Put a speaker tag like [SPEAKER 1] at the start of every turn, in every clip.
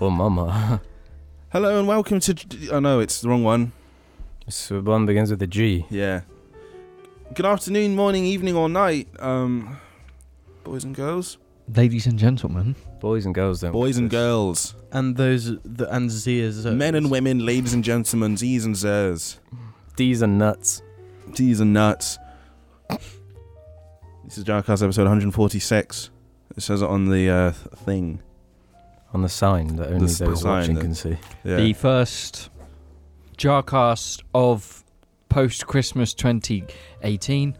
[SPEAKER 1] oh, mama.
[SPEAKER 2] Hello and welcome to. I know it's the wrong one.
[SPEAKER 1] So one begins with a G.
[SPEAKER 2] Yeah. Good afternoon, morning, evening, or night, um, boys and girls.
[SPEAKER 3] Ladies and gentlemen,
[SPEAKER 1] Boys and girls don't.
[SPEAKER 2] Boys and
[SPEAKER 1] watch
[SPEAKER 2] girls,
[SPEAKER 4] and those the, and Zia's uh,
[SPEAKER 2] men and women, ladies and gentlemen, Z's and Z's,
[SPEAKER 1] this. D's and nuts.
[SPEAKER 2] T's and nuts. This is Jarkar's episode 146. It says it on the uh, th- thing.
[SPEAKER 1] On the sign that only
[SPEAKER 2] s- the
[SPEAKER 1] those
[SPEAKER 2] sign
[SPEAKER 1] watching
[SPEAKER 2] that-
[SPEAKER 1] can see.
[SPEAKER 2] Yeah.
[SPEAKER 3] the first jarcast of post Christmas 2018.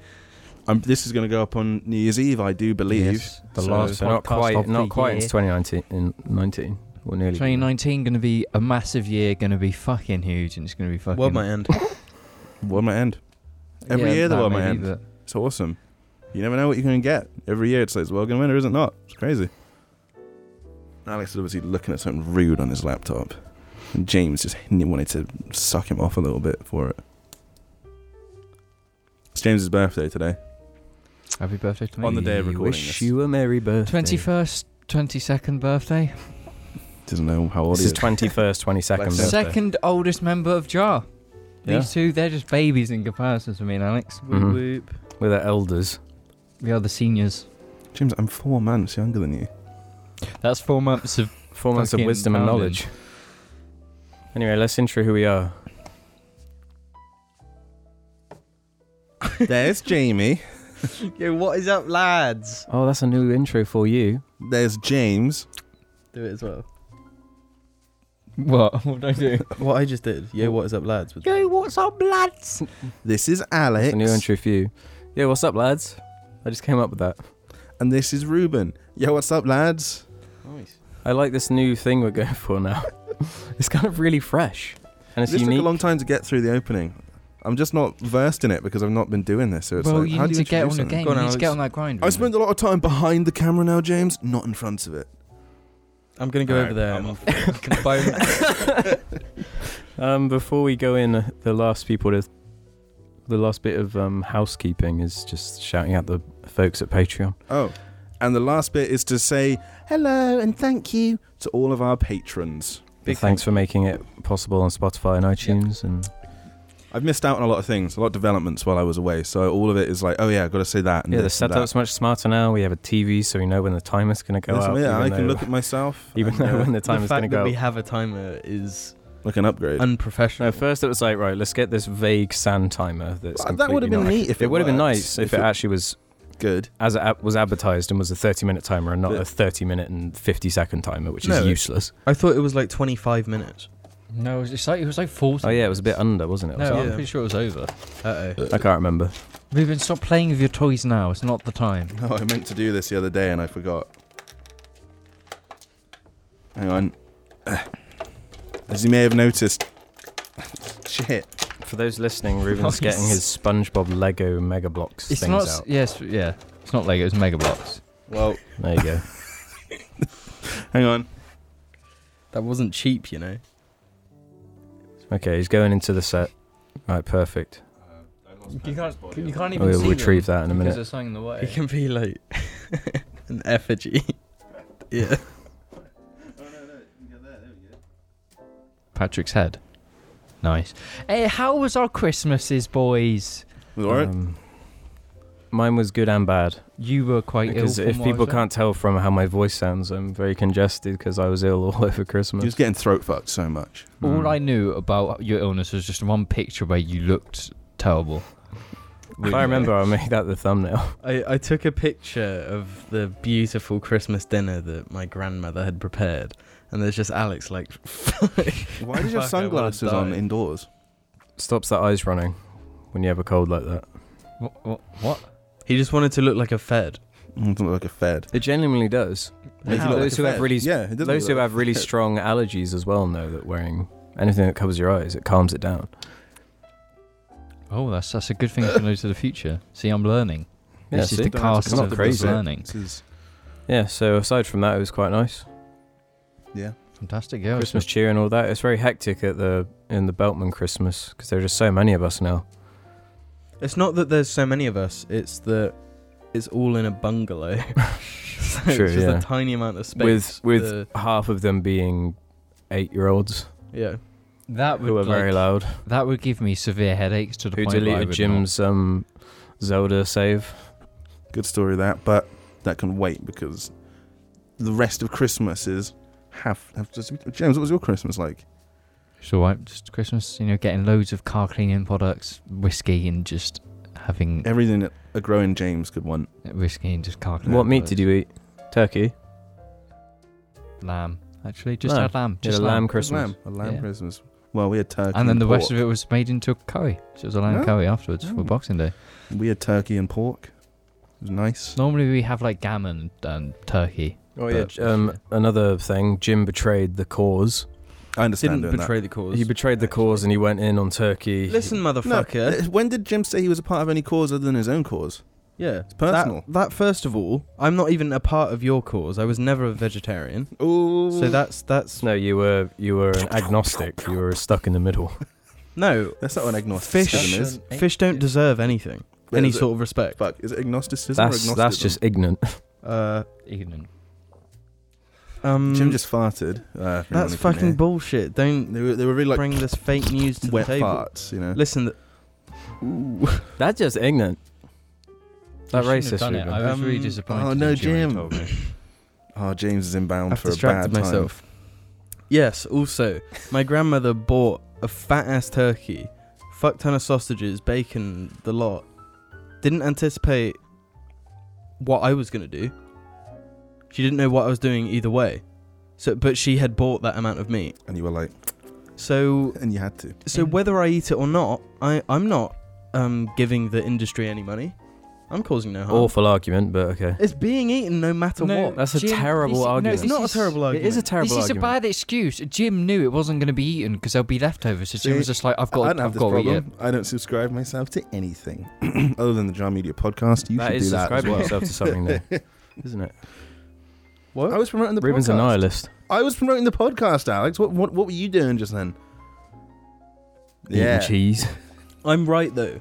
[SPEAKER 2] Um, this is going to go up on New Year's Eve, I do believe.
[SPEAKER 3] Yes,
[SPEAKER 1] The
[SPEAKER 2] So-
[SPEAKER 1] last
[SPEAKER 3] podcast
[SPEAKER 1] not quite,
[SPEAKER 3] of
[SPEAKER 1] not
[SPEAKER 3] the
[SPEAKER 1] quite. It's
[SPEAKER 3] year.
[SPEAKER 1] 2019, in 19, or nearly.
[SPEAKER 3] 2019 going to be a massive year, going to be fucking huge, and it's going to be fucking.
[SPEAKER 4] World might end.
[SPEAKER 2] World might end. Every year the
[SPEAKER 3] that
[SPEAKER 2] world
[SPEAKER 3] may
[SPEAKER 2] might
[SPEAKER 3] be
[SPEAKER 2] end.
[SPEAKER 3] the-
[SPEAKER 2] It's awesome. You never know what you're going to get. Every year it's like, is world going to win or is it not? It's crazy. Alex is obviously looking at something rude on his laptop. And James just n- wanted to suck him off a little bit for it. It's James's birthday today.
[SPEAKER 3] Happy birthday to me.
[SPEAKER 2] On the day of
[SPEAKER 1] We
[SPEAKER 2] recording
[SPEAKER 1] Wish
[SPEAKER 2] this.
[SPEAKER 1] you a merry birthday.
[SPEAKER 3] 21st, 22nd birthday.
[SPEAKER 2] Doesn't know how old
[SPEAKER 1] This
[SPEAKER 2] he
[SPEAKER 1] is
[SPEAKER 2] is.
[SPEAKER 1] 21st, 22nd
[SPEAKER 2] Like
[SPEAKER 1] birthday.
[SPEAKER 2] so.
[SPEAKER 3] Second oldest member of Jar.
[SPEAKER 2] Yeah. Mm-hmm.
[SPEAKER 3] These two, they're just babies in comparison to me and Alex.
[SPEAKER 1] Mhm.
[SPEAKER 4] Whoop.
[SPEAKER 1] With our elders.
[SPEAKER 3] We are the seniors.
[SPEAKER 2] James, I'm four months younger than you.
[SPEAKER 3] That's four months of.
[SPEAKER 1] Four months of
[SPEAKER 3] Fucking
[SPEAKER 1] wisdom and
[SPEAKER 3] pounding.
[SPEAKER 1] knowledge. Anyway, let's intro who we are.
[SPEAKER 2] There's Jamie.
[SPEAKER 4] Yo, what is up, lads?
[SPEAKER 1] Oh, that's a new intro for you.
[SPEAKER 2] There's James.
[SPEAKER 4] Do it as well.
[SPEAKER 3] What? What did I do?
[SPEAKER 4] What I just did. Yo, what is up, lads? With
[SPEAKER 3] what's up, lads?
[SPEAKER 2] This is
[SPEAKER 1] That's
[SPEAKER 2] Alex.
[SPEAKER 1] a new intro for you. Yeah, what's up, lads? I just came up with that.
[SPEAKER 2] And this is Ruben. Yo, what's up, lads?
[SPEAKER 4] Nice.
[SPEAKER 1] I like this new thing we're going for now. it's kind of really fresh, and it's
[SPEAKER 2] this
[SPEAKER 1] unique.
[SPEAKER 2] took a long time to get through the opening. I'm just not versed in it because I've not been doing this. So it's
[SPEAKER 3] Well,
[SPEAKER 2] like,
[SPEAKER 3] you
[SPEAKER 2] how
[SPEAKER 3] need to
[SPEAKER 2] do
[SPEAKER 3] get on
[SPEAKER 2] introduce
[SPEAKER 3] the
[SPEAKER 2] something?
[SPEAKER 3] game.
[SPEAKER 4] Go on,
[SPEAKER 3] you need to
[SPEAKER 4] Alex.
[SPEAKER 3] get on that grind.
[SPEAKER 2] I
[SPEAKER 3] Ruben.
[SPEAKER 2] spent a lot of time behind the camera now, James, not in front of it.
[SPEAKER 4] I'm gonna go
[SPEAKER 2] Alright,
[SPEAKER 4] over there.
[SPEAKER 2] I'm
[SPEAKER 4] and-
[SPEAKER 1] um, before we go in, uh, the last people to, the last bit of um, housekeeping is just shouting out the folks at Patreon.
[SPEAKER 2] Oh, and the last bit is to say hello and thank you to all of our patrons.
[SPEAKER 4] Big
[SPEAKER 1] Thanks for making it possible on Spotify and iTunes, and
[SPEAKER 2] I've missed out on a lot of things, a lot of developments while I was away. So all of it is like, oh yeah, I've got to say that. And
[SPEAKER 1] yeah, the
[SPEAKER 2] this and that.
[SPEAKER 1] setup's much smarter now. We have a TV, so we know when the timer's going to go
[SPEAKER 2] Yes,
[SPEAKER 1] out.
[SPEAKER 2] yeah, I
[SPEAKER 1] even
[SPEAKER 2] can
[SPEAKER 1] though-
[SPEAKER 2] look at myself.
[SPEAKER 1] even
[SPEAKER 2] and,
[SPEAKER 1] though
[SPEAKER 2] uh,
[SPEAKER 1] when the timer's
[SPEAKER 4] the
[SPEAKER 1] going to
[SPEAKER 4] fact that
[SPEAKER 1] go.
[SPEAKER 4] we
[SPEAKER 1] out.
[SPEAKER 4] have a timer is
[SPEAKER 2] like an upgrade.
[SPEAKER 4] unprofessional.
[SPEAKER 1] no, first it was like, right, let's get this vague sand timer. That's
[SPEAKER 2] Well, that would have been
[SPEAKER 1] completely not-
[SPEAKER 2] neat if it,
[SPEAKER 1] It would have been
[SPEAKER 2] worked,
[SPEAKER 1] nice if, it, actually was
[SPEAKER 2] good.
[SPEAKER 1] as it ab- was advertised and was a 30 minute timer and not
[SPEAKER 2] But-
[SPEAKER 1] a 30 minute and 50 second timer, which
[SPEAKER 4] No,
[SPEAKER 1] is
[SPEAKER 4] it-
[SPEAKER 1] useless.
[SPEAKER 4] I thought it was like 25 minutes.
[SPEAKER 3] No, it was, it's like, it was like 40.
[SPEAKER 1] Oh, yeah, it was a bit under, wasn't it? Or
[SPEAKER 3] No,
[SPEAKER 1] something?
[SPEAKER 3] I'm
[SPEAKER 4] Yeah.
[SPEAKER 3] pretty sure it was over.
[SPEAKER 4] Uh oh.
[SPEAKER 1] I can't remember.
[SPEAKER 3] Ruben, stop playing with your toys now. It's not the time.
[SPEAKER 2] No, Oh, I meant to do this the other day and I forgot. Hang on. As you may have noticed. Shit.
[SPEAKER 1] For those listening,
[SPEAKER 3] Nice.
[SPEAKER 1] Ruben's getting his SpongeBob Lego Mega Blocks
[SPEAKER 3] It's
[SPEAKER 1] things
[SPEAKER 3] not.
[SPEAKER 1] out.
[SPEAKER 3] Yes, yeah. It's not Lego. It's Mega Blocks.
[SPEAKER 2] Well,
[SPEAKER 1] There you go.
[SPEAKER 2] hang on.
[SPEAKER 4] That wasn't cheap, you know.
[SPEAKER 1] Okay, he's going into the set. Right, perfect.
[SPEAKER 3] You can't. You can't even
[SPEAKER 1] Oh, We'll
[SPEAKER 3] see
[SPEAKER 1] retrieve
[SPEAKER 3] them
[SPEAKER 1] that in a minute.
[SPEAKER 3] Because there's something in the way.
[SPEAKER 4] It can be like an effigy. yeah.
[SPEAKER 3] Patrick's head. Nice. Hey, how was our Christmases, boys?
[SPEAKER 2] Alright.
[SPEAKER 1] Um, mine was good and bad.
[SPEAKER 3] You were quite ill.
[SPEAKER 1] Because
[SPEAKER 3] from
[SPEAKER 1] if
[SPEAKER 3] what I
[SPEAKER 1] people
[SPEAKER 3] was-
[SPEAKER 1] can't tell from how my voice sounds, I'm very congested because I was ill all over
[SPEAKER 2] He
[SPEAKER 1] Christmas.
[SPEAKER 2] was getting throat fucked so much.
[SPEAKER 3] all
[SPEAKER 1] Mm.
[SPEAKER 3] I knew about your illness was just one picture where you looked terrible.
[SPEAKER 1] If I remember, I made that the thumbnail.
[SPEAKER 4] I, I took a picture of the beautiful Christmas dinner that my grandmother had prepared, and there's just Alex like,
[SPEAKER 2] Why did you have
[SPEAKER 4] Fuck, I wanna
[SPEAKER 2] sunglasses on
[SPEAKER 4] die.
[SPEAKER 2] indoors?
[SPEAKER 1] Stops the eyes running when you have a cold like that.
[SPEAKER 3] What? What? what?
[SPEAKER 4] he just wanted to look like a fed.
[SPEAKER 2] Mm, doesn't look like a fed.
[SPEAKER 1] It genuinely does.
[SPEAKER 2] Does he
[SPEAKER 3] How?
[SPEAKER 2] look
[SPEAKER 1] Those
[SPEAKER 2] a
[SPEAKER 1] who have
[SPEAKER 2] fed?
[SPEAKER 1] really-
[SPEAKER 2] yeah, he doesn't
[SPEAKER 1] Those
[SPEAKER 2] look
[SPEAKER 1] who
[SPEAKER 2] like
[SPEAKER 1] have
[SPEAKER 2] a
[SPEAKER 1] really
[SPEAKER 2] fed.
[SPEAKER 1] strong allergies as well know that wearing anything that covers your eyes, it calms it down.
[SPEAKER 3] Oh, that's that's a good thing to know to the future. See, I'm learning.
[SPEAKER 1] Yeah,
[SPEAKER 3] this is
[SPEAKER 1] see?
[SPEAKER 3] the
[SPEAKER 2] Don't have to
[SPEAKER 3] cast
[SPEAKER 1] come up
[SPEAKER 3] of
[SPEAKER 1] with
[SPEAKER 3] crazy
[SPEAKER 1] this, yeah.
[SPEAKER 3] learning.
[SPEAKER 2] This is-
[SPEAKER 1] Yeah, so aside from that, it was quite nice.
[SPEAKER 2] yeah.
[SPEAKER 3] Fantastic. Yeah,
[SPEAKER 1] Christmas cheer and all that. It's very hectic at the in the Beltman Christmas because there are just so many of us now.
[SPEAKER 4] It's not that there's so many of us; it's that it's all in a bungalow. so
[SPEAKER 1] True,
[SPEAKER 4] it's just
[SPEAKER 1] yeah.
[SPEAKER 4] a tiny amount of space.
[SPEAKER 1] with with
[SPEAKER 4] the-
[SPEAKER 1] half of them being eight year olds
[SPEAKER 4] yeah.
[SPEAKER 3] That would
[SPEAKER 1] who are very
[SPEAKER 3] like-
[SPEAKER 1] loud
[SPEAKER 3] That would give me severe headaches to the
[SPEAKER 1] who
[SPEAKER 3] point where I
[SPEAKER 1] deleted
[SPEAKER 3] would
[SPEAKER 1] Jim's um Zelda save.
[SPEAKER 2] Good story that, but that can wait because the rest of Christmas is have have just James. What was your Christmas like?
[SPEAKER 3] Not. It's all right. Just Christmas, you know, getting loads of car cleaning products, whiskey, and just having
[SPEAKER 2] Everything that a growing James could want.
[SPEAKER 3] whiskey and just car cleaning.
[SPEAKER 1] what meat did you eat? Turkey.
[SPEAKER 3] Lamb. Actually, just
[SPEAKER 1] Lamb.
[SPEAKER 3] had lamb.
[SPEAKER 1] Did
[SPEAKER 3] Just
[SPEAKER 1] a lamb Christmas.
[SPEAKER 2] Lamb, a lamb
[SPEAKER 3] Yeah.
[SPEAKER 2] Christmas. Well, we had turkey,
[SPEAKER 3] And then the
[SPEAKER 2] pork.
[SPEAKER 3] rest of it was made into a curry. So it was a lamb
[SPEAKER 2] Oh.
[SPEAKER 3] curry afterwards
[SPEAKER 2] Oh.
[SPEAKER 3] for Boxing Day.
[SPEAKER 2] We had turkey and pork. It was nice.
[SPEAKER 3] Normally we have like gammon and turkey.
[SPEAKER 1] Oh
[SPEAKER 3] yeah,
[SPEAKER 1] yeah. Um, another thing, Jim betrayed the cause.
[SPEAKER 2] I understand
[SPEAKER 4] Didn't
[SPEAKER 2] doing
[SPEAKER 4] betray the cause.
[SPEAKER 1] He betrayed the cause and he went in on Turkey.
[SPEAKER 4] Listen,
[SPEAKER 2] that. No,
[SPEAKER 4] motherfucker.
[SPEAKER 2] uh, when did Jim say he was a part of any cause other than his own cause?
[SPEAKER 4] yeah.
[SPEAKER 2] It's personal.
[SPEAKER 4] That, that first of all, I'm not even a part of your cause. I was never a vegetarian.
[SPEAKER 2] Ooh.
[SPEAKER 4] So that's that's
[SPEAKER 1] No, you were you were an agnostic. You were stuck in the middle.
[SPEAKER 4] no.
[SPEAKER 2] That's not what agnosticism
[SPEAKER 4] Fish,
[SPEAKER 2] is.
[SPEAKER 4] fish don't deserve anything, any sort of respect.
[SPEAKER 2] Fuck, is it agnosticism or
[SPEAKER 1] That's
[SPEAKER 2] agnosticism?
[SPEAKER 1] that's just ignorant.
[SPEAKER 4] Uh,
[SPEAKER 3] Ignorant.
[SPEAKER 4] um,
[SPEAKER 2] Jim just farted. Uh, if anyone
[SPEAKER 4] that's
[SPEAKER 2] can
[SPEAKER 4] fucking
[SPEAKER 2] hear.
[SPEAKER 4] bullshit. Don't
[SPEAKER 2] They were, they were really like
[SPEAKER 4] bring this fake news to
[SPEAKER 2] wet
[SPEAKER 4] the table.
[SPEAKER 2] farts, you know.
[SPEAKER 4] Listen, th-
[SPEAKER 1] That's just ignorant. That
[SPEAKER 3] I shouldn't have
[SPEAKER 1] racist.
[SPEAKER 3] done it.
[SPEAKER 1] Ruben.
[SPEAKER 3] I was really
[SPEAKER 2] Um,
[SPEAKER 3] disappointed.
[SPEAKER 2] oh, no,
[SPEAKER 3] when Jimmy
[SPEAKER 2] Jim.
[SPEAKER 3] told me.
[SPEAKER 2] Oh, James is inbound
[SPEAKER 4] I've
[SPEAKER 2] for a bad
[SPEAKER 4] distracted
[SPEAKER 2] time.
[SPEAKER 4] myself. Yes. Also, my grandmother bought a fat ass turkey, fuck ton of sausages, bacon, the lot. Didn't anticipate what I was gonna do. She didn't know what I was doing either way. So, but she had bought that amount of meat.
[SPEAKER 2] And you were like,
[SPEAKER 4] So,
[SPEAKER 2] and you had to.
[SPEAKER 4] so whether I eat it or not, I I'm not um giving the industry any money. I'm causing no harm.
[SPEAKER 1] Awful argument, but okay.
[SPEAKER 4] It's being eaten no matter
[SPEAKER 3] No,
[SPEAKER 4] what.
[SPEAKER 1] That's a
[SPEAKER 3] Jim,
[SPEAKER 1] terrible
[SPEAKER 3] this- no,
[SPEAKER 1] argument.
[SPEAKER 4] It's not a terrible
[SPEAKER 1] It
[SPEAKER 4] argument.
[SPEAKER 1] is a terrible
[SPEAKER 3] this is a
[SPEAKER 1] argument.
[SPEAKER 3] bad excuse. Jim knew it wasn't going to be eaten because there'll be leftovers. So Jim
[SPEAKER 2] See,
[SPEAKER 3] was just like, "I've
[SPEAKER 2] I
[SPEAKER 3] got,
[SPEAKER 2] don't have
[SPEAKER 3] I've
[SPEAKER 2] this
[SPEAKER 3] got to eat it."
[SPEAKER 2] problem. I don't subscribe myself to anything other than the Jar Media podcast. You
[SPEAKER 1] that
[SPEAKER 2] should
[SPEAKER 1] is
[SPEAKER 2] do that as
[SPEAKER 1] subscribing
[SPEAKER 2] well.
[SPEAKER 1] yourself to something, though, isn't it?
[SPEAKER 2] I was promoting the
[SPEAKER 1] Ruben's
[SPEAKER 2] podcast.
[SPEAKER 1] a nihilist.
[SPEAKER 2] I was promoting the podcast, Alex. What what what were you doing just then?
[SPEAKER 1] Eating cheese.
[SPEAKER 4] I'm right though.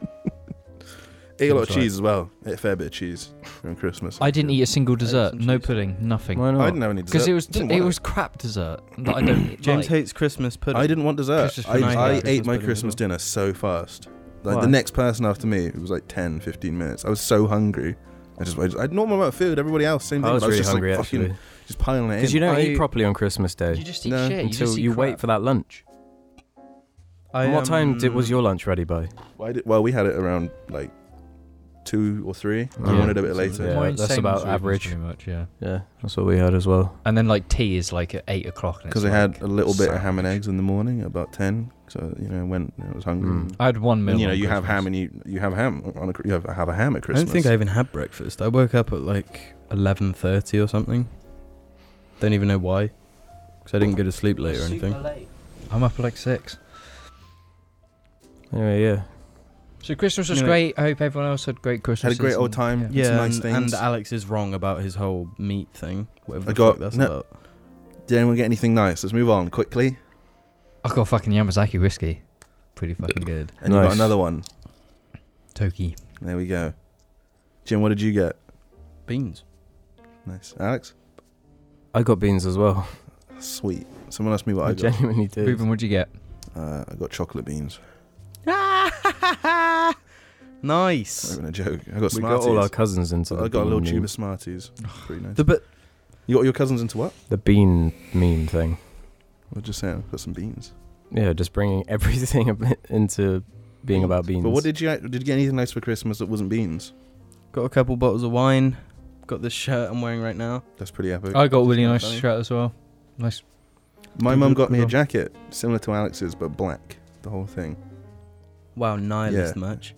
[SPEAKER 2] Ate a lot of
[SPEAKER 3] That's right.
[SPEAKER 2] cheese as well. Ate a fair bit of cheese during Christmas.
[SPEAKER 3] I didn't eat a single dessert.
[SPEAKER 4] some
[SPEAKER 3] No
[SPEAKER 4] cheese.
[SPEAKER 3] pudding. Nothing.
[SPEAKER 1] Why
[SPEAKER 2] I
[SPEAKER 1] not?
[SPEAKER 2] didn't have any dessert.
[SPEAKER 3] Because it was
[SPEAKER 2] Didn't
[SPEAKER 3] it
[SPEAKER 2] want
[SPEAKER 3] was crap dessert that I don't
[SPEAKER 4] James
[SPEAKER 3] like.
[SPEAKER 4] hates Christmas pudding.
[SPEAKER 2] I didn't want dessert.
[SPEAKER 3] Christmas
[SPEAKER 2] I,
[SPEAKER 3] pudding.
[SPEAKER 2] I
[SPEAKER 3] Yeah.
[SPEAKER 2] ate
[SPEAKER 4] Christmas
[SPEAKER 2] my
[SPEAKER 4] pudding as
[SPEAKER 2] Christmas
[SPEAKER 4] well.
[SPEAKER 2] dinner so fast. Like
[SPEAKER 1] Why?
[SPEAKER 2] the next person after me, it was like 10, 15 minutes. I was so hungry. I just, I just, I had normal amount of food. Everybody else, same thing.
[SPEAKER 1] I was
[SPEAKER 2] but
[SPEAKER 1] really
[SPEAKER 2] just
[SPEAKER 1] hungry
[SPEAKER 2] like
[SPEAKER 1] actually.
[SPEAKER 2] fucking just piling it in.
[SPEAKER 1] Because you don't
[SPEAKER 4] I-
[SPEAKER 1] eat properly on Christmas Day
[SPEAKER 3] You just eat
[SPEAKER 2] No.
[SPEAKER 3] shit. you
[SPEAKER 1] until
[SPEAKER 3] just eat
[SPEAKER 1] you wait
[SPEAKER 3] crap.
[SPEAKER 1] for that lunch.
[SPEAKER 4] I,
[SPEAKER 1] And what time did, was
[SPEAKER 4] um,
[SPEAKER 1] your lunch ready by?
[SPEAKER 2] Why did, well, we had it around like two or three. I
[SPEAKER 1] Yeah.
[SPEAKER 2] wanted a bit later.
[SPEAKER 1] Yeah,
[SPEAKER 3] Mine-
[SPEAKER 1] that's
[SPEAKER 3] same
[SPEAKER 1] about
[SPEAKER 3] as Ruben's
[SPEAKER 1] average.
[SPEAKER 3] Pretty much, yeah.
[SPEAKER 1] Yeah, that's what we had as well.
[SPEAKER 3] And then like tea is like at eight o'clock. and
[SPEAKER 2] Because
[SPEAKER 3] it's
[SPEAKER 2] I had
[SPEAKER 3] like
[SPEAKER 2] a little bit of ham and
[SPEAKER 3] sandwich.
[SPEAKER 2] eggs in the morning, about ten. So you know, I went, I was hungry.
[SPEAKER 1] Mm.
[SPEAKER 3] I had one meal.
[SPEAKER 2] And you know,
[SPEAKER 3] on
[SPEAKER 2] you have
[SPEAKER 3] Christmas.
[SPEAKER 2] ham and you you have ham on a, you have, have a ham at
[SPEAKER 4] I
[SPEAKER 2] Christmas.
[SPEAKER 4] don't think I even had breakfast. I woke up at like eleven thirty or something. Don't even know why, because I didn't go to sleep late or anything.
[SPEAKER 3] I'm up at like six.
[SPEAKER 1] Anyway, yeah.
[SPEAKER 3] So Christmas was
[SPEAKER 4] Anyway.
[SPEAKER 3] great. I hope everyone else had great Christmas.
[SPEAKER 2] Had a great old time.
[SPEAKER 3] Yeah.
[SPEAKER 2] It's
[SPEAKER 4] Yeah,
[SPEAKER 2] nice
[SPEAKER 4] and,
[SPEAKER 2] things.
[SPEAKER 4] and Alex is wrong about his whole meat thing. Whatever the
[SPEAKER 2] I got-
[SPEAKER 4] fuck that's
[SPEAKER 2] no.
[SPEAKER 4] about.
[SPEAKER 2] Did anyone get anything nice? Let's move on quickly.
[SPEAKER 3] I got fucking Yamazaki whiskey. Pretty fucking good.
[SPEAKER 2] And you got
[SPEAKER 1] Nice.
[SPEAKER 2] another one.
[SPEAKER 3] Toki.
[SPEAKER 2] There we go. Jim, what did you get?
[SPEAKER 4] Beans.
[SPEAKER 2] Nice. Alex?
[SPEAKER 1] I got beans as well.
[SPEAKER 2] Sweet. Someone asked me what
[SPEAKER 1] I
[SPEAKER 2] I got.
[SPEAKER 1] genuinely did.
[SPEAKER 3] Ruben, what'd you get?
[SPEAKER 2] Uh, I got chocolate beans. Not
[SPEAKER 4] nice.
[SPEAKER 2] even a joke. I got
[SPEAKER 1] We got
[SPEAKER 2] Smarties.
[SPEAKER 1] all our cousins into the
[SPEAKER 2] I got a little
[SPEAKER 1] bean
[SPEAKER 2] tube
[SPEAKER 1] meme.
[SPEAKER 2] of Smarties. Pretty nice.
[SPEAKER 4] The bit.
[SPEAKER 2] You got your cousins into what?
[SPEAKER 1] The bean meme thing.
[SPEAKER 2] I was just saying, I've got some beans.
[SPEAKER 1] Yeah, just bringing everything a bit into being about beans.
[SPEAKER 2] But what did you did you get anything nice for Christmas that wasn't beans?
[SPEAKER 4] Got a couple bottles of wine. Got this shirt I'm wearing right now.
[SPEAKER 2] That's pretty epic.
[SPEAKER 3] I got a really
[SPEAKER 4] Isn't that
[SPEAKER 3] nice
[SPEAKER 4] funny?
[SPEAKER 3] shirt as well. Nice.
[SPEAKER 2] My mum got me a
[SPEAKER 4] Yeah.
[SPEAKER 2] jacket similar to Alex's, but black. The whole thing.
[SPEAKER 4] Wow, nihilist
[SPEAKER 2] Yeah.
[SPEAKER 4] much.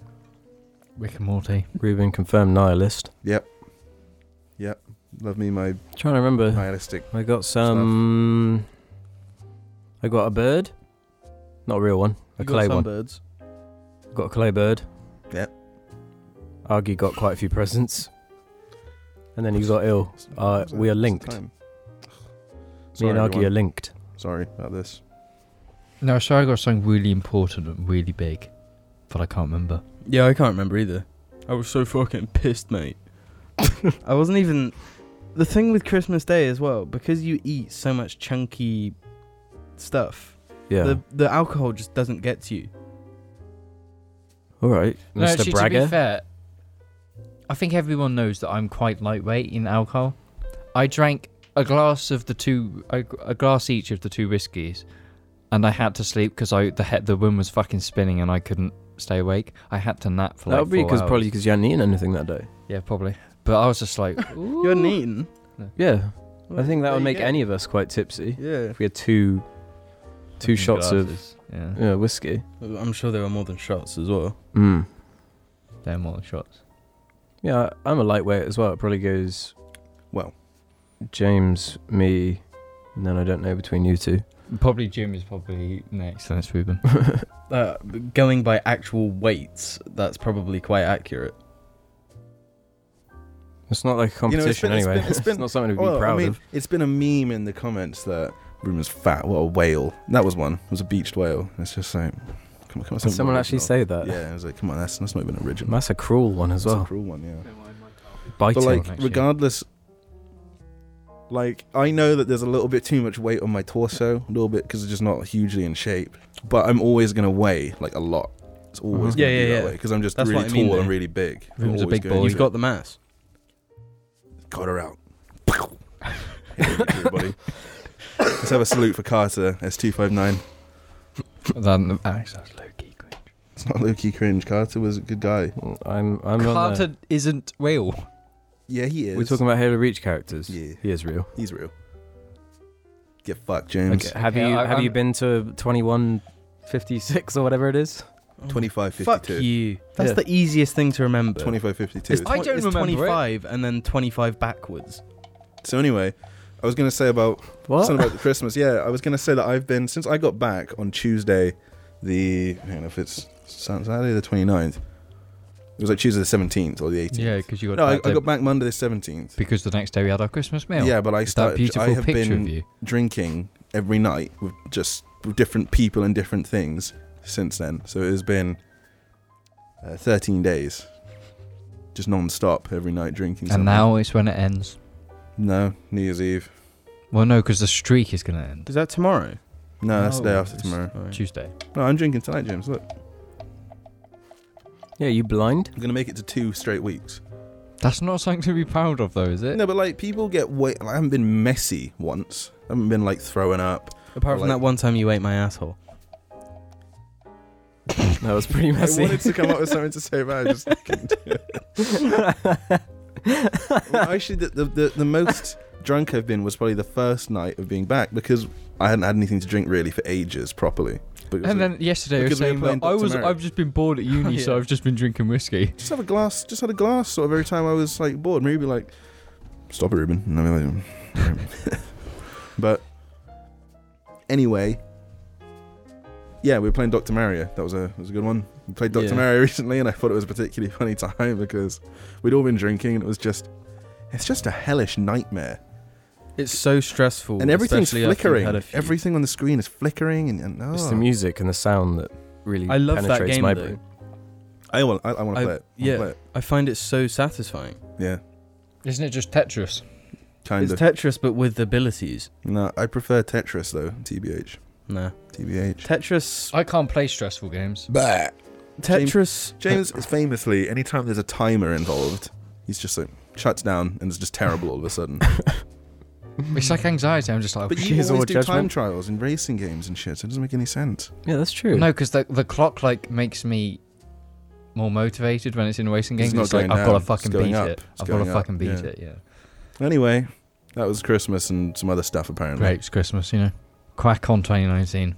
[SPEAKER 3] Rick and Morty.
[SPEAKER 1] Ruben confirmed nihilist.
[SPEAKER 2] Love me my
[SPEAKER 1] trying to remember.
[SPEAKER 2] nihilistic.
[SPEAKER 1] I got some. I got a bird, not a real one, a
[SPEAKER 4] You got
[SPEAKER 1] clay
[SPEAKER 4] some
[SPEAKER 1] one.
[SPEAKER 4] birds.
[SPEAKER 1] Got a clay bird.
[SPEAKER 2] Yep.
[SPEAKER 1] Argy got quite a few presents, and then he got ill. Uh, we are linked.
[SPEAKER 2] Time.
[SPEAKER 1] Me
[SPEAKER 2] Sorry,
[SPEAKER 1] and Argy are
[SPEAKER 2] everyone.
[SPEAKER 1] linked.
[SPEAKER 2] Sorry about this.
[SPEAKER 3] No, sorry, I got something really important and really big, but I can't remember.
[SPEAKER 4] Yeah, I can't remember either. I was so fucking pissed, mate. I wasn't even. The thing with Christmas Day as well, because you eat so much chunky stuff,
[SPEAKER 1] Yeah.
[SPEAKER 4] the the alcohol just doesn't get to you.
[SPEAKER 1] All right,
[SPEAKER 3] No,
[SPEAKER 1] Mr.
[SPEAKER 3] actually, to
[SPEAKER 1] Bragger.
[SPEAKER 3] be fair, I think everyone knows that I'm quite lightweight in alcohol. I drank a glass of the two, a, a glass each of the two whiskies, and I had to sleep because I the head, the room was fucking spinning and I couldn't stay awake. I had to nap for
[SPEAKER 1] that
[SPEAKER 3] like
[SPEAKER 1] would be
[SPEAKER 3] four
[SPEAKER 1] because
[SPEAKER 3] hours.
[SPEAKER 1] probably because you hadn't eaten anything that day.
[SPEAKER 3] yeah, probably. But I was just like,
[SPEAKER 4] You hadn't eaten.
[SPEAKER 1] Yeah, I
[SPEAKER 4] Well,
[SPEAKER 1] think that
[SPEAKER 4] there
[SPEAKER 1] would
[SPEAKER 4] you
[SPEAKER 1] make
[SPEAKER 4] go.
[SPEAKER 1] any of us quite tipsy
[SPEAKER 4] Yeah,
[SPEAKER 1] if we had two,
[SPEAKER 3] fucking
[SPEAKER 1] two shots
[SPEAKER 3] glasses. yeah,
[SPEAKER 1] of uh, whiskey.
[SPEAKER 4] I'm sure there were more than shots as well.
[SPEAKER 1] Mm.
[SPEAKER 3] they're more than shots.
[SPEAKER 1] Yeah, I- I'm a lightweight as well. It probably goes
[SPEAKER 2] Well.
[SPEAKER 1] James, me, and then I don't know between you two.
[SPEAKER 3] Probably Jim is probably next. And it's Ruben.
[SPEAKER 4] Uh, going by actual weights, that's probably quite accurate.
[SPEAKER 1] It's not like a
[SPEAKER 2] You know, it's
[SPEAKER 1] competition
[SPEAKER 2] been- it's
[SPEAKER 1] anyway.
[SPEAKER 2] been- it's been-
[SPEAKER 1] not something to be
[SPEAKER 2] Well,
[SPEAKER 1] proud
[SPEAKER 2] I mean,
[SPEAKER 1] of.
[SPEAKER 2] it's been a meme in the comments that Ruben's fat. What a whale! That was one. It was a beached whale. It's just like, come on, come on.
[SPEAKER 1] Did someone actually
[SPEAKER 2] original.
[SPEAKER 1] say that?
[SPEAKER 2] Yeah, I was like, come on, that's that's not even original.
[SPEAKER 1] That's a cruel one as
[SPEAKER 2] That's a
[SPEAKER 1] well.
[SPEAKER 2] cruel one, yeah.
[SPEAKER 1] Biting.
[SPEAKER 2] But like,
[SPEAKER 3] next year.
[SPEAKER 2] regardless, like I know that there's a little bit too much weight on my torso, a little bit because it's just not hugely in shape. But I'm always gonna weigh like a lot. It's always
[SPEAKER 1] Mhm.
[SPEAKER 2] gonna
[SPEAKER 4] Mm-hmm. Yeah,
[SPEAKER 2] be
[SPEAKER 4] yeah,
[SPEAKER 2] that
[SPEAKER 4] yeah.
[SPEAKER 2] way because I'm just
[SPEAKER 4] That's
[SPEAKER 2] really
[SPEAKER 4] what I
[SPEAKER 2] tall
[SPEAKER 4] mean,
[SPEAKER 2] and
[SPEAKER 4] though.
[SPEAKER 2] really big. I'm
[SPEAKER 3] Ruben's a
[SPEAKER 2] always
[SPEAKER 3] big
[SPEAKER 2] gonna
[SPEAKER 3] boy.
[SPEAKER 2] use
[SPEAKER 4] You've
[SPEAKER 2] it.
[SPEAKER 4] got the mass.
[SPEAKER 2] got her out. Everybody. Let's have a salute for Carter. That's two five nine.
[SPEAKER 3] Then Alex, that's low key.
[SPEAKER 2] It's not low key cringe. Carter was a good guy.
[SPEAKER 1] I'm. I'm not.
[SPEAKER 3] Carter isn't real.
[SPEAKER 2] Yeah, he is.
[SPEAKER 1] We're talking about Halo Reach characters.
[SPEAKER 2] Yeah,
[SPEAKER 1] He is real.
[SPEAKER 2] he's real. Get fucked, James.
[SPEAKER 1] Okay. Have
[SPEAKER 3] Okay,
[SPEAKER 1] you
[SPEAKER 3] I-
[SPEAKER 1] have you
[SPEAKER 3] I'm-
[SPEAKER 1] been to twenty one fifty six or whatever it is?
[SPEAKER 2] Twenty five
[SPEAKER 4] Fuck
[SPEAKER 2] fifty two.
[SPEAKER 4] you. That's
[SPEAKER 1] Yeah.
[SPEAKER 4] the easiest thing to remember.
[SPEAKER 2] Twenty five fifty two.
[SPEAKER 4] It's,
[SPEAKER 3] I
[SPEAKER 4] twen-
[SPEAKER 3] don't
[SPEAKER 4] it's
[SPEAKER 3] remember it.
[SPEAKER 4] 25 and then 25 backwards.
[SPEAKER 2] So anyway, I was gonna say about
[SPEAKER 1] What?
[SPEAKER 2] something about the Christmas. Yeah, I was gonna say that I've been since I got back on Tuesday, the I don't know if it's Saturday the 29th. It was like Tuesday the seventeenth or the eighteenth.
[SPEAKER 3] Yeah, because you got
[SPEAKER 2] No, I,
[SPEAKER 3] back
[SPEAKER 2] I
[SPEAKER 3] to-
[SPEAKER 2] got back Monday the seventeenth.
[SPEAKER 3] because the next day we had our Christmas meal.
[SPEAKER 2] Yeah, but I
[SPEAKER 3] that
[SPEAKER 2] started.
[SPEAKER 3] beautiful
[SPEAKER 2] I have
[SPEAKER 3] picture
[SPEAKER 2] been
[SPEAKER 3] of you.
[SPEAKER 2] drinking every night with just with different people and different things since then. So it has been uh, thirteen days, just non-stop every night drinking.
[SPEAKER 3] And
[SPEAKER 2] something.
[SPEAKER 3] now it's when it ends.
[SPEAKER 2] no New Year's Eve.
[SPEAKER 3] Well, no, because the streak is going to end
[SPEAKER 4] Is that tomorrow?
[SPEAKER 2] No, that's the day
[SPEAKER 3] No,
[SPEAKER 2] after
[SPEAKER 3] it's-
[SPEAKER 2] tomorrow.
[SPEAKER 3] Tuesday.
[SPEAKER 2] No, I'm drinking tonight, James. Look.
[SPEAKER 1] yeah, you blind?
[SPEAKER 2] I'm gonna make it to two straight weeks.
[SPEAKER 3] That's not something to be proud of, though, is it?
[SPEAKER 2] No, but like people get way. Like, I haven't been messy once. I haven't been like throwing up.
[SPEAKER 4] Apart from
[SPEAKER 2] Like-
[SPEAKER 4] that one time you ate my asshole.
[SPEAKER 1] That was pretty
[SPEAKER 2] I
[SPEAKER 1] messy.
[SPEAKER 2] wanted to come up with something to say, but I just couldn't do it. Well, Actually, the, the the the most drunk I've been was probably the first night of being back because I hadn't had anything to drink really for ages properly. Because
[SPEAKER 3] and then yesterday I was
[SPEAKER 2] because we were
[SPEAKER 3] saying
[SPEAKER 2] playing
[SPEAKER 3] that I
[SPEAKER 2] Doctor
[SPEAKER 3] was
[SPEAKER 2] Merrick.
[SPEAKER 3] I've just been bored at uni, so
[SPEAKER 4] yeah.
[SPEAKER 3] I've just been drinking whiskey.
[SPEAKER 2] just have a glass. Just had a glass sort of every time I was like bored. Maybe like, stop it, Ruben. And I'm like, but anyway, yeah, we were playing Doctor Mario. That was a was a good one. We played Doctor
[SPEAKER 4] Yeah.
[SPEAKER 2] Mario recently, and I thought it was a particularly funny time because we'd all been drinking, and it was just. It's just a hellish nightmare,
[SPEAKER 4] It's so stressful.
[SPEAKER 2] and everything's
[SPEAKER 4] especially after you've
[SPEAKER 2] flickering.
[SPEAKER 4] had a few.
[SPEAKER 2] Everything on the screen is flickering, and, and oh.
[SPEAKER 1] It's the music and the sound that really
[SPEAKER 4] I love that
[SPEAKER 1] penetrates
[SPEAKER 4] game
[SPEAKER 1] my
[SPEAKER 4] though.
[SPEAKER 1] brain.
[SPEAKER 2] I want, I, I want
[SPEAKER 4] I-
[SPEAKER 2] to play it. I wanna
[SPEAKER 4] yeah.
[SPEAKER 2] play it.
[SPEAKER 4] I find it so satisfying.
[SPEAKER 2] yeah,
[SPEAKER 3] Isn't it just Tetris?
[SPEAKER 2] kind
[SPEAKER 4] it's
[SPEAKER 2] of.
[SPEAKER 4] Tetris but with abilities.
[SPEAKER 2] no, I prefer Tetris though. Tbh,
[SPEAKER 4] Nah.
[SPEAKER 2] tbh.
[SPEAKER 4] Tetris.
[SPEAKER 3] I can't play stressful games.
[SPEAKER 2] Bah.
[SPEAKER 4] Tetris.
[SPEAKER 2] James is famously, anytime there's a timer involved, he's just like shuts down and it's just terrible all of a sudden.
[SPEAKER 3] It's like anxiety. I'm just like,
[SPEAKER 2] But you
[SPEAKER 1] Jeez,
[SPEAKER 2] always
[SPEAKER 1] all
[SPEAKER 2] do
[SPEAKER 1] judgment.
[SPEAKER 2] time trials and racing games and shit, so it doesn't make any sense.
[SPEAKER 1] Yeah, that's true.
[SPEAKER 3] no, because the the clock like makes me more motivated when it's in a racing
[SPEAKER 2] It's
[SPEAKER 3] game. 'cause It's,
[SPEAKER 2] not
[SPEAKER 3] like
[SPEAKER 2] going
[SPEAKER 3] I've got to
[SPEAKER 2] down, it's
[SPEAKER 3] fucking
[SPEAKER 2] going
[SPEAKER 3] beat
[SPEAKER 2] up,
[SPEAKER 3] it.
[SPEAKER 2] it's
[SPEAKER 3] I've got
[SPEAKER 2] going
[SPEAKER 3] to
[SPEAKER 2] up,
[SPEAKER 3] fucking beat
[SPEAKER 2] yeah.
[SPEAKER 3] it. Yeah.
[SPEAKER 2] Anyway, that was Christmas and some other stuff apparently.
[SPEAKER 3] Great, it's Christmas, you know. Crack on 2019.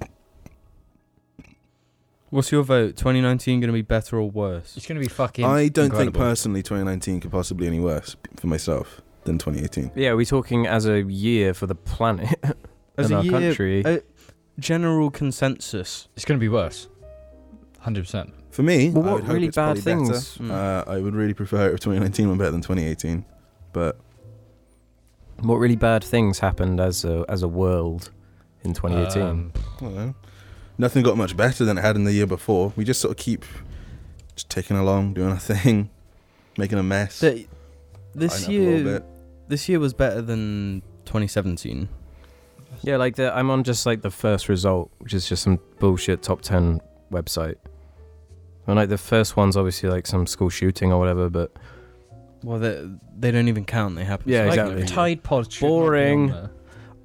[SPEAKER 4] What's your vote? 2019 going to be better or worse?
[SPEAKER 3] It's gonna be fucking.
[SPEAKER 2] I don't think
[SPEAKER 3] incredible.
[SPEAKER 2] personally 2019 could possibly any worse for myself than 2018.
[SPEAKER 1] Yeah, are we talking as a year for the planet
[SPEAKER 4] As
[SPEAKER 1] and
[SPEAKER 4] a
[SPEAKER 1] our
[SPEAKER 4] year,
[SPEAKER 1] country?
[SPEAKER 4] uh, general consensus.
[SPEAKER 3] It's gonna be worse. Hundred percent.
[SPEAKER 2] For me,
[SPEAKER 1] well,
[SPEAKER 2] I would
[SPEAKER 1] what
[SPEAKER 2] hope
[SPEAKER 1] really
[SPEAKER 2] it's
[SPEAKER 1] bad
[SPEAKER 2] probably better.
[SPEAKER 1] things?
[SPEAKER 4] Mm.
[SPEAKER 2] Uh, I would really prefer if 2019 went better than 2018, but
[SPEAKER 1] What really bad things happened as a as a world in 2018?
[SPEAKER 3] Um,
[SPEAKER 2] I don't know. Nothing got much better than it had in the year before. We just sort of keep just ticking along, doing our thing, making a mess.
[SPEAKER 4] The, This
[SPEAKER 2] Line up a little
[SPEAKER 4] year,
[SPEAKER 2] bit.
[SPEAKER 4] this year was better than 2017.
[SPEAKER 1] Yeah, like the, I'm on just like the first result, which is just some bullshit top ten website. And like the first one's obviously like some school shooting or whatever, but
[SPEAKER 4] Well, they they don't even count. They happen.
[SPEAKER 1] Yeah,
[SPEAKER 4] so-
[SPEAKER 3] Like,
[SPEAKER 1] exactly.
[SPEAKER 3] Tide Pod. should not be on
[SPEAKER 1] Boring.
[SPEAKER 3] there.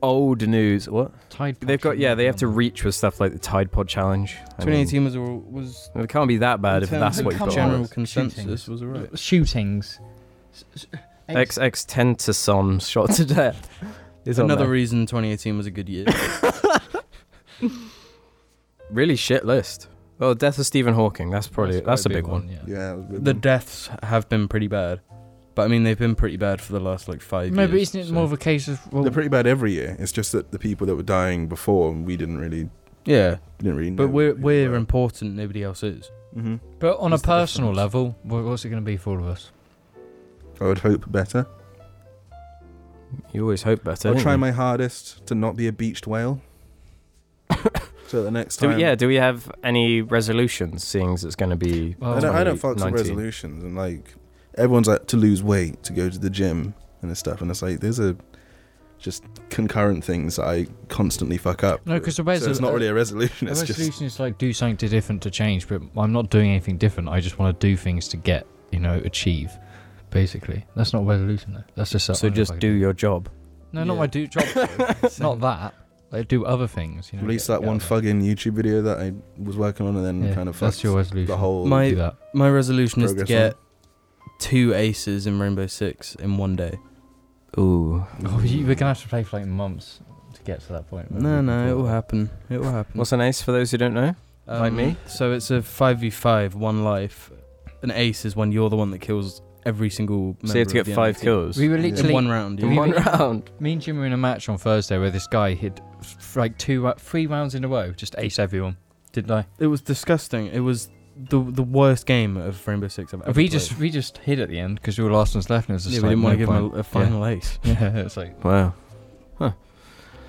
[SPEAKER 1] old news. What
[SPEAKER 3] Tide. Pod
[SPEAKER 1] they've got?
[SPEAKER 3] should
[SPEAKER 1] Yeah,
[SPEAKER 3] not
[SPEAKER 1] they
[SPEAKER 3] be
[SPEAKER 1] have
[SPEAKER 3] on
[SPEAKER 1] to
[SPEAKER 3] there.
[SPEAKER 1] reach with stuff like the Tide Pod challenge. I mean,
[SPEAKER 4] 2018 was all, was
[SPEAKER 1] it can't be that bad
[SPEAKER 4] in
[SPEAKER 1] if
[SPEAKER 4] terms
[SPEAKER 1] that's
[SPEAKER 4] of
[SPEAKER 1] what you put
[SPEAKER 4] general
[SPEAKER 1] on. it.
[SPEAKER 4] consensus
[SPEAKER 3] Shootings.
[SPEAKER 4] was alright.
[SPEAKER 3] Shootings. S- s-
[SPEAKER 1] XX Tentason shot to death. Is on
[SPEAKER 4] Another
[SPEAKER 1] there.
[SPEAKER 4] reason 2018 was a good year.
[SPEAKER 1] really shit list. Well, death of Stephen Hawking. That's probably that's, a
[SPEAKER 3] quite
[SPEAKER 1] big one.
[SPEAKER 3] yeah.
[SPEAKER 2] Yeah, that was a good
[SPEAKER 4] the
[SPEAKER 2] one.
[SPEAKER 4] deaths have been pretty bad, but I mean they've been pretty bad for the last like five
[SPEAKER 3] No,
[SPEAKER 4] years.
[SPEAKER 3] but isn't it
[SPEAKER 4] so-
[SPEAKER 3] more of a case of well,
[SPEAKER 2] They're pretty bad every year. It's just that the people that were dying before, we didn't really,
[SPEAKER 4] Yeah,
[SPEAKER 2] didn't really.
[SPEAKER 4] but
[SPEAKER 2] know
[SPEAKER 4] we're we're important. Nobody else is.
[SPEAKER 2] hmm
[SPEAKER 3] but on a
[SPEAKER 2] What's the
[SPEAKER 3] personal
[SPEAKER 2] difference?
[SPEAKER 3] level, wha- what's it going to be for all of us?
[SPEAKER 2] I would hope better.
[SPEAKER 1] You always hope better.
[SPEAKER 2] I'll
[SPEAKER 1] don't
[SPEAKER 2] try
[SPEAKER 1] you?
[SPEAKER 2] my hardest to not be a beached whale. so the next
[SPEAKER 1] Do
[SPEAKER 2] time,
[SPEAKER 1] we, yeah, do we have any resolutions? Seeing as it's going to be.
[SPEAKER 3] Well,
[SPEAKER 2] I don't, I don't fuck with
[SPEAKER 1] 2019?
[SPEAKER 2] resolutions and like everyone's like to lose weight, to go to the gym and this stuff, and it's like there's a just concurrent things that I constantly fuck up.
[SPEAKER 3] No, 'cause the resol-
[SPEAKER 2] so it's not really a resolution.
[SPEAKER 3] The
[SPEAKER 2] It's
[SPEAKER 3] resolution
[SPEAKER 2] just
[SPEAKER 3] is like do something to different to change, but I'm not doing anything different. I just want to do things to get, you know, achieve. Basically, that's not a resolution though. That's just
[SPEAKER 1] So
[SPEAKER 3] something I
[SPEAKER 1] just
[SPEAKER 3] fucking
[SPEAKER 1] do your job.
[SPEAKER 3] No, not
[SPEAKER 4] Yeah.
[SPEAKER 3] my do job. though. not that. Like do other things. You know,
[SPEAKER 2] release
[SPEAKER 3] get-
[SPEAKER 2] that
[SPEAKER 3] get
[SPEAKER 2] one
[SPEAKER 3] out there.
[SPEAKER 2] fucking YouTube video that I was working on and then
[SPEAKER 3] Yeah,
[SPEAKER 2] kind of
[SPEAKER 3] that's
[SPEAKER 2] fucked
[SPEAKER 3] your resolution.
[SPEAKER 2] the whole.
[SPEAKER 4] My-
[SPEAKER 3] do that.
[SPEAKER 4] My resolution is to
[SPEAKER 2] Progress
[SPEAKER 4] get two aces in Rainbow Six in one day.
[SPEAKER 1] Ooh.
[SPEAKER 3] Oh, you, we're gonna have to play for like months to get to that point.
[SPEAKER 4] No, no, it will happen. It will happen. Um,
[SPEAKER 1] What's an ace for those who don't know? like me?
[SPEAKER 4] So it's a five v five, one life. An ace is when you're the one that kills every single.
[SPEAKER 1] So you have
[SPEAKER 4] member
[SPEAKER 1] to
[SPEAKER 4] of
[SPEAKER 1] get
[SPEAKER 4] the
[SPEAKER 1] five
[SPEAKER 4] enemy team.
[SPEAKER 1] kills
[SPEAKER 3] We were
[SPEAKER 4] in
[SPEAKER 3] literally
[SPEAKER 4] one round.
[SPEAKER 1] in
[SPEAKER 4] Yeah.
[SPEAKER 3] we-
[SPEAKER 1] one
[SPEAKER 3] we-
[SPEAKER 1] round.
[SPEAKER 3] Me and Jim were in a match on Thursday where this guy hit f- like two, uh, three rounds in a row, just ace everyone. Didn't I?
[SPEAKER 4] It was disgusting. It was the the worst game of Rainbow Six I've ever.
[SPEAKER 3] we
[SPEAKER 4] played.
[SPEAKER 3] just we just hit at the end because we were last ones left, and it was just
[SPEAKER 4] yeah, we
[SPEAKER 3] like,
[SPEAKER 4] didn't
[SPEAKER 3] no
[SPEAKER 4] want to
[SPEAKER 3] point.
[SPEAKER 4] give him a, a final ace.
[SPEAKER 3] Yeah, it's like
[SPEAKER 1] Wow.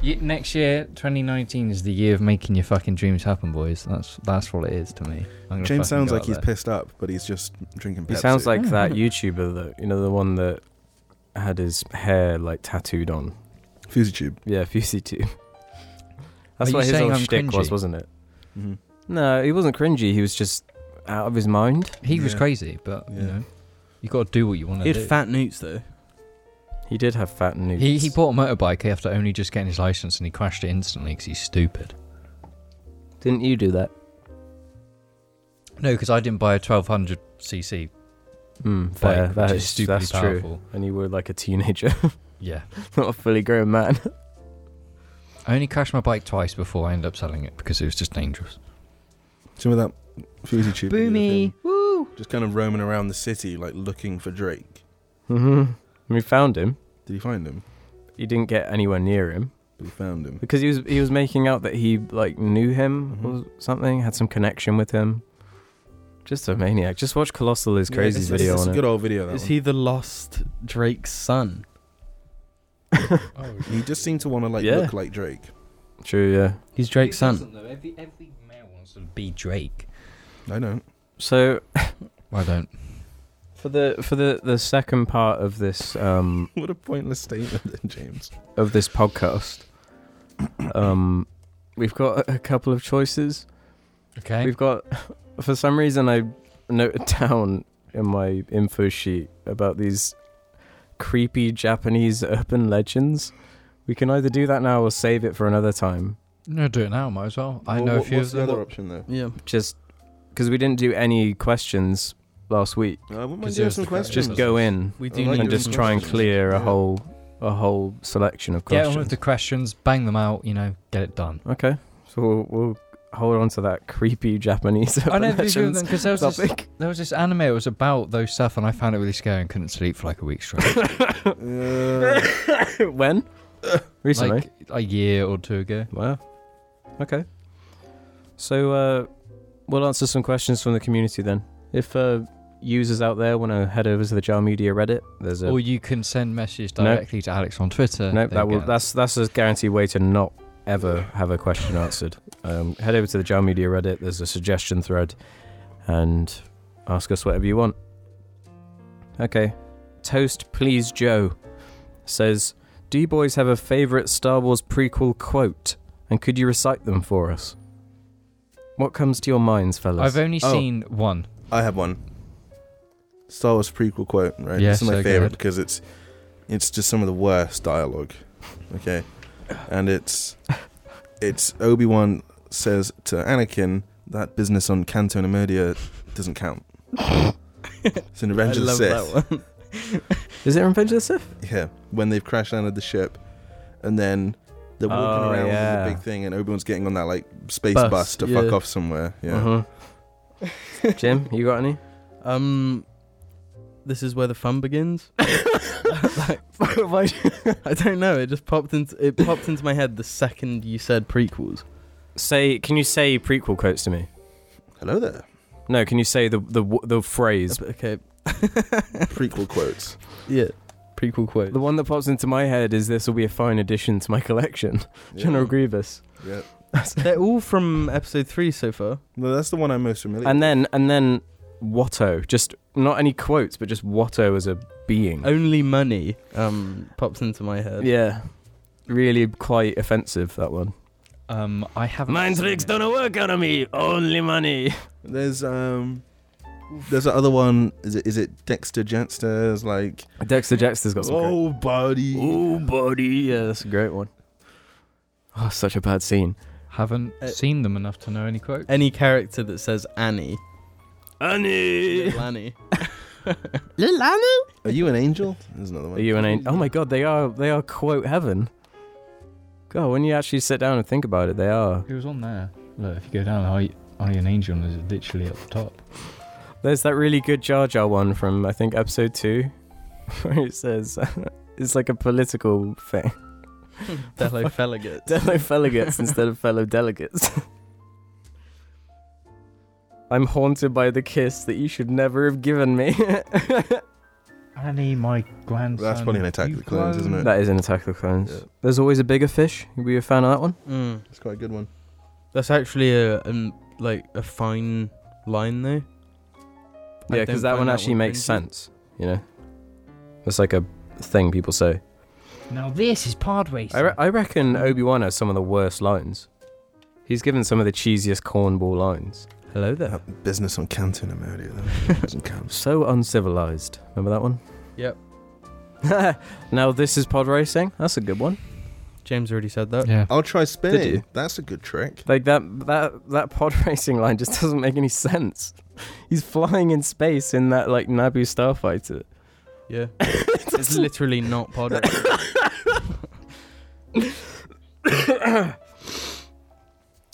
[SPEAKER 3] Ye- next year, 2019 is the year of making your fucking dreams happen, boys. That's that's what it is to me. I'm gonna fucking
[SPEAKER 2] James sounds
[SPEAKER 3] go
[SPEAKER 2] like
[SPEAKER 3] out
[SPEAKER 2] he's
[SPEAKER 3] there.
[SPEAKER 2] pissed up, but he's just drinking.
[SPEAKER 1] He
[SPEAKER 2] Pepsi.
[SPEAKER 1] sounds like
[SPEAKER 3] Yeah.
[SPEAKER 1] that YouTuber that you know the one that had his hair like tattooed on.
[SPEAKER 2] FusiTube.
[SPEAKER 1] Yeah, Fusey Tube. That's
[SPEAKER 3] Are you
[SPEAKER 1] what his
[SPEAKER 3] saying
[SPEAKER 1] old
[SPEAKER 3] I'm
[SPEAKER 1] shtick was,
[SPEAKER 3] cringy?
[SPEAKER 1] wasn't it?
[SPEAKER 2] Mm-hmm.
[SPEAKER 1] No, he wasn't cringy. He was just out of his mind.
[SPEAKER 3] He was
[SPEAKER 2] Yeah.
[SPEAKER 3] crazy, but you
[SPEAKER 2] Yeah.
[SPEAKER 3] know, you got to do what you want
[SPEAKER 4] He
[SPEAKER 3] to
[SPEAKER 4] had
[SPEAKER 3] do.
[SPEAKER 4] fat newts though.
[SPEAKER 1] He did have fat news.
[SPEAKER 3] he he bought a motorbike after only just getting his license, and he crashed it instantly because he's stupid.
[SPEAKER 1] Didn't you do that?
[SPEAKER 3] No, because I didn't buy a 1200 cc
[SPEAKER 1] Mm,
[SPEAKER 3] bike,
[SPEAKER 1] fair.
[SPEAKER 3] which
[SPEAKER 1] That
[SPEAKER 3] is
[SPEAKER 1] is,
[SPEAKER 3] stupidly
[SPEAKER 1] that's
[SPEAKER 3] powerful.
[SPEAKER 1] true. And you were like a teenager,
[SPEAKER 3] Yeah.
[SPEAKER 1] not a fully grown man.
[SPEAKER 3] I only crashed my bike twice before I ended up selling it because it was just dangerous.
[SPEAKER 2] Do you remember that FusiTube? video of him
[SPEAKER 3] Woo!
[SPEAKER 2] Just kind of roaming around the city, like looking for Drake.
[SPEAKER 1] mm-hmm. We found him.
[SPEAKER 2] Did he find him?
[SPEAKER 1] He didn't get anywhere near him
[SPEAKER 2] We found him.
[SPEAKER 1] because he was he was making out that he like knew him or something, had some connection with him. Just a maniac. Just watch Colossal is crazy
[SPEAKER 2] it's,
[SPEAKER 1] video
[SPEAKER 2] it's,
[SPEAKER 1] on
[SPEAKER 2] a
[SPEAKER 1] it.
[SPEAKER 2] good old video. That
[SPEAKER 4] Is
[SPEAKER 2] one.
[SPEAKER 4] he the lost Drake's son?
[SPEAKER 3] Oh,
[SPEAKER 2] He just seemed to want to like
[SPEAKER 1] Yeah.
[SPEAKER 2] look like Drake.
[SPEAKER 1] True, yeah.
[SPEAKER 4] He's Drake's son.
[SPEAKER 3] Every, every male wants to be Drake.
[SPEAKER 2] I know.
[SPEAKER 1] So
[SPEAKER 3] I don't.
[SPEAKER 1] For the for the the second part of this um
[SPEAKER 2] What a pointless statement, then, James.
[SPEAKER 1] of this podcast, um, we've got a couple of choices.
[SPEAKER 3] Okay.
[SPEAKER 1] We've got, for some reason, I noted down in my info sheet about these creepy Japanese urban legends. We can either do that now or save it for another time.
[SPEAKER 3] No, do it now. Might as well. I
[SPEAKER 2] Wha-
[SPEAKER 3] know
[SPEAKER 2] wha-
[SPEAKER 3] a few
[SPEAKER 2] what's
[SPEAKER 3] of
[SPEAKER 2] the
[SPEAKER 3] them.
[SPEAKER 2] other option though?
[SPEAKER 4] Yeah.
[SPEAKER 1] Just because we didn't do any questions last week,
[SPEAKER 2] I wouldn't mind
[SPEAKER 3] Because
[SPEAKER 2] doing
[SPEAKER 3] there's
[SPEAKER 2] some
[SPEAKER 3] the crowd.
[SPEAKER 2] questions.
[SPEAKER 1] just go in
[SPEAKER 4] We
[SPEAKER 2] I
[SPEAKER 4] do
[SPEAKER 2] like
[SPEAKER 4] need
[SPEAKER 1] and
[SPEAKER 2] doing
[SPEAKER 1] just try and
[SPEAKER 2] questions.
[SPEAKER 1] clear a
[SPEAKER 2] Yeah.
[SPEAKER 1] whole a whole selection of
[SPEAKER 3] Get
[SPEAKER 1] questions.
[SPEAKER 3] on with the questions, bang them out, you know, get it done.
[SPEAKER 1] Okay, so we'll, we'll hold on to that creepy Japanese
[SPEAKER 3] I know
[SPEAKER 1] urban
[SPEAKER 3] these are
[SPEAKER 1] legends
[SPEAKER 3] them because there, was this-
[SPEAKER 1] topic.
[SPEAKER 3] there was this anime it was about those stuff, and I found it really scary and couldn't sleep for like a week straight.
[SPEAKER 2] Uh,
[SPEAKER 1] when? Recently.
[SPEAKER 3] like a year or two ago.
[SPEAKER 1] wow. Okay. So uh, we'll answer some questions from the community then. If uh, users out there want to head over to the Jar Media Reddit, there's a
[SPEAKER 3] Or you can send messages
[SPEAKER 1] Nope.
[SPEAKER 3] directly to Alex on Twitter.
[SPEAKER 1] no.
[SPEAKER 3] There
[SPEAKER 1] That
[SPEAKER 3] you
[SPEAKER 1] will
[SPEAKER 3] go.
[SPEAKER 1] that's that's a guaranteed way to not ever have a question answered. Um, head over to the Jar Media Reddit. There's a suggestion thread, and ask us whatever you want. Okay. host, please Joe, says, "Do you boys have a favorite Star Wars prequel quote, and could you recite them for us?" What comes to your minds, fellas?
[SPEAKER 3] I've only
[SPEAKER 2] Oh.
[SPEAKER 3] seen one.
[SPEAKER 2] I have one. Star Wars prequel quote, right?
[SPEAKER 3] Yeah,
[SPEAKER 2] this is my
[SPEAKER 3] so go
[SPEAKER 2] favorite
[SPEAKER 3] ahead.
[SPEAKER 2] because it's it's just some of the worst dialogue. Okay. And it's it's Obi-Wan says to Anakin that business on Canto Nermodia doesn't count. it's in Revenge
[SPEAKER 4] I
[SPEAKER 2] of the
[SPEAKER 4] love
[SPEAKER 2] Sith.
[SPEAKER 4] that one.
[SPEAKER 1] Is it Revenge of the Sith?
[SPEAKER 2] Yeah, when they've crash landed the ship, and then they're walking
[SPEAKER 1] Oh,
[SPEAKER 2] around
[SPEAKER 1] yeah.
[SPEAKER 2] with the big thing, and Obi-Wan's getting on that like space bus,
[SPEAKER 4] Bus,
[SPEAKER 2] to
[SPEAKER 4] yeah.
[SPEAKER 2] fuck off somewhere. Yeah,
[SPEAKER 1] Uh-huh. Mhm. Jim, you got any?
[SPEAKER 4] Um, this is where the fun begins.
[SPEAKER 1] Why-
[SPEAKER 4] I don't know. It just popped into it popped into my head the second you said prequels.
[SPEAKER 1] say, can you say prequel quotes to me?
[SPEAKER 2] hello there.
[SPEAKER 1] No, can you say the the w- the phrase?
[SPEAKER 4] Okay.
[SPEAKER 2] Prequel quotes.
[SPEAKER 4] yeah. Prequel quote.
[SPEAKER 1] The one that pops into my head is this will be a fine addition to my collection.
[SPEAKER 2] Yeah.
[SPEAKER 1] General Grievous.
[SPEAKER 2] Yeah,
[SPEAKER 4] They're all from episode three so far.
[SPEAKER 2] no, that's the one I'm most familiar.
[SPEAKER 1] And then and then Watto, just not any quotes, but just Watto as a being.
[SPEAKER 4] Only money um pops into my head.
[SPEAKER 1] Oh, Yeah. Really quite offensive that one.
[SPEAKER 3] Um, I haven't. seen it.
[SPEAKER 1] work out of me, only money.
[SPEAKER 2] with. there's um, there's the other one. Is it is it Dexter Jetster's like
[SPEAKER 1] Dexter Dexter's got some great-
[SPEAKER 2] oh buddy.
[SPEAKER 1] Ooh, buddy. Yeah, that's a great one. Oh, such a bad scene.
[SPEAKER 3] Haven't
[SPEAKER 4] Uh,
[SPEAKER 3] seen them enough to know any quotes.
[SPEAKER 4] Any character that says Annie,
[SPEAKER 1] Annie.
[SPEAKER 4] Little Annie.
[SPEAKER 2] Are you an angel? There's another
[SPEAKER 1] Are
[SPEAKER 2] one.
[SPEAKER 1] you an angel? Oh my god, they are they are quote heaven. God, when you actually sit down and think about it, they are.
[SPEAKER 3] It was on there. Look, if you go down, are you, are you an angel? And it's literally at the top.
[SPEAKER 1] There's that really good Jar Jar one from I think episode two, where it says it's like a political thing.
[SPEAKER 4] Fellow Felligates.
[SPEAKER 1] Fellow delegates instead of fellow delegates. I'm haunted by the kiss that you should never have given me.
[SPEAKER 3] Annie, my grandson.
[SPEAKER 2] That's probably an Attack of the
[SPEAKER 3] you've
[SPEAKER 2] Clones, isn't
[SPEAKER 3] grown.
[SPEAKER 2] it?
[SPEAKER 1] that is an Attack of the Clones.
[SPEAKER 2] Yeah.
[SPEAKER 1] There's always a bigger fish. You be a fan of that one?
[SPEAKER 4] Mm.
[SPEAKER 2] It's quite a good one.
[SPEAKER 4] That's actually a an, like a fine line though. I
[SPEAKER 1] yeah,
[SPEAKER 4] don't
[SPEAKER 1] because that
[SPEAKER 4] find
[SPEAKER 1] one actually makes
[SPEAKER 4] cringy.
[SPEAKER 1] sense. You know, it's like a thing people say.
[SPEAKER 3] Now this is pod racing.
[SPEAKER 1] I, re- I reckon Obi Wan has some of the worst lines. He's given some of the cheesiest cornball lines.
[SPEAKER 4] Hello there.
[SPEAKER 2] That business on Canto Nermodia though doesn't count.
[SPEAKER 1] So uncivilized. Remember that one? Yep. now this is pod racing. That's a good one.
[SPEAKER 4] James already said that.
[SPEAKER 3] yeah.
[SPEAKER 2] I'll try
[SPEAKER 1] you?
[SPEAKER 2] spinning. That's a good trick.
[SPEAKER 1] Like that that that pod racing line just doesn't make any sense. He's flying in space in that like Naboo starfighter.
[SPEAKER 4] Yeah. it's literally not pod. racing.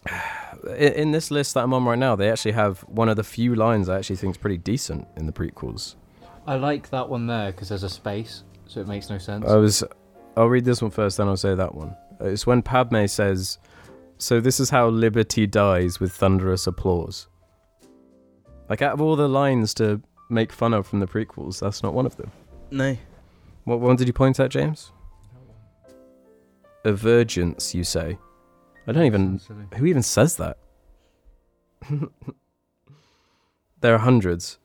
[SPEAKER 1] I- In this list that I'm on right now, they actually have one of the few lines I actually think is pretty decent in the prequels.
[SPEAKER 3] I like that one there because there's a space, so it makes no sense.
[SPEAKER 2] Oh,
[SPEAKER 1] I was. I'll read this one first, then I'll say that one. Uh, It's when Padme says, "So this is how liberty dies with thunderous applause." Like out of all the lines to make fun of from the prequels, that's not one of them.
[SPEAKER 4] no.
[SPEAKER 1] What one did you point at, James? Evergence, you say. I don't even. Who even says that? there are hundreds.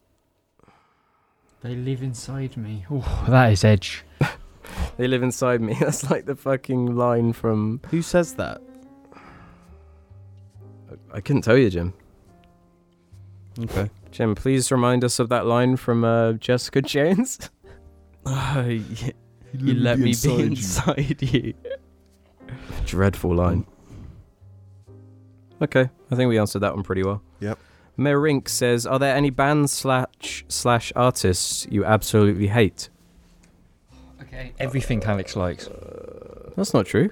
[SPEAKER 3] They live inside me. Oh, that is edge.
[SPEAKER 1] They live inside me. That's like the fucking line from.
[SPEAKER 4] Who says that?
[SPEAKER 1] I couldn't tell you, Jim.
[SPEAKER 4] Okay.
[SPEAKER 1] Jim, please remind us of that line from uh, Jessica Jones.
[SPEAKER 4] Oh, yeah. You let me be inside you.
[SPEAKER 1] Dreadful line. Okay, I think we answered that one pretty well.
[SPEAKER 2] Yep.
[SPEAKER 1] Merink says, "Are there any bands slash slash artists you absolutely hate?"
[SPEAKER 3] Okay. Everything Alex likes.
[SPEAKER 1] That's not true.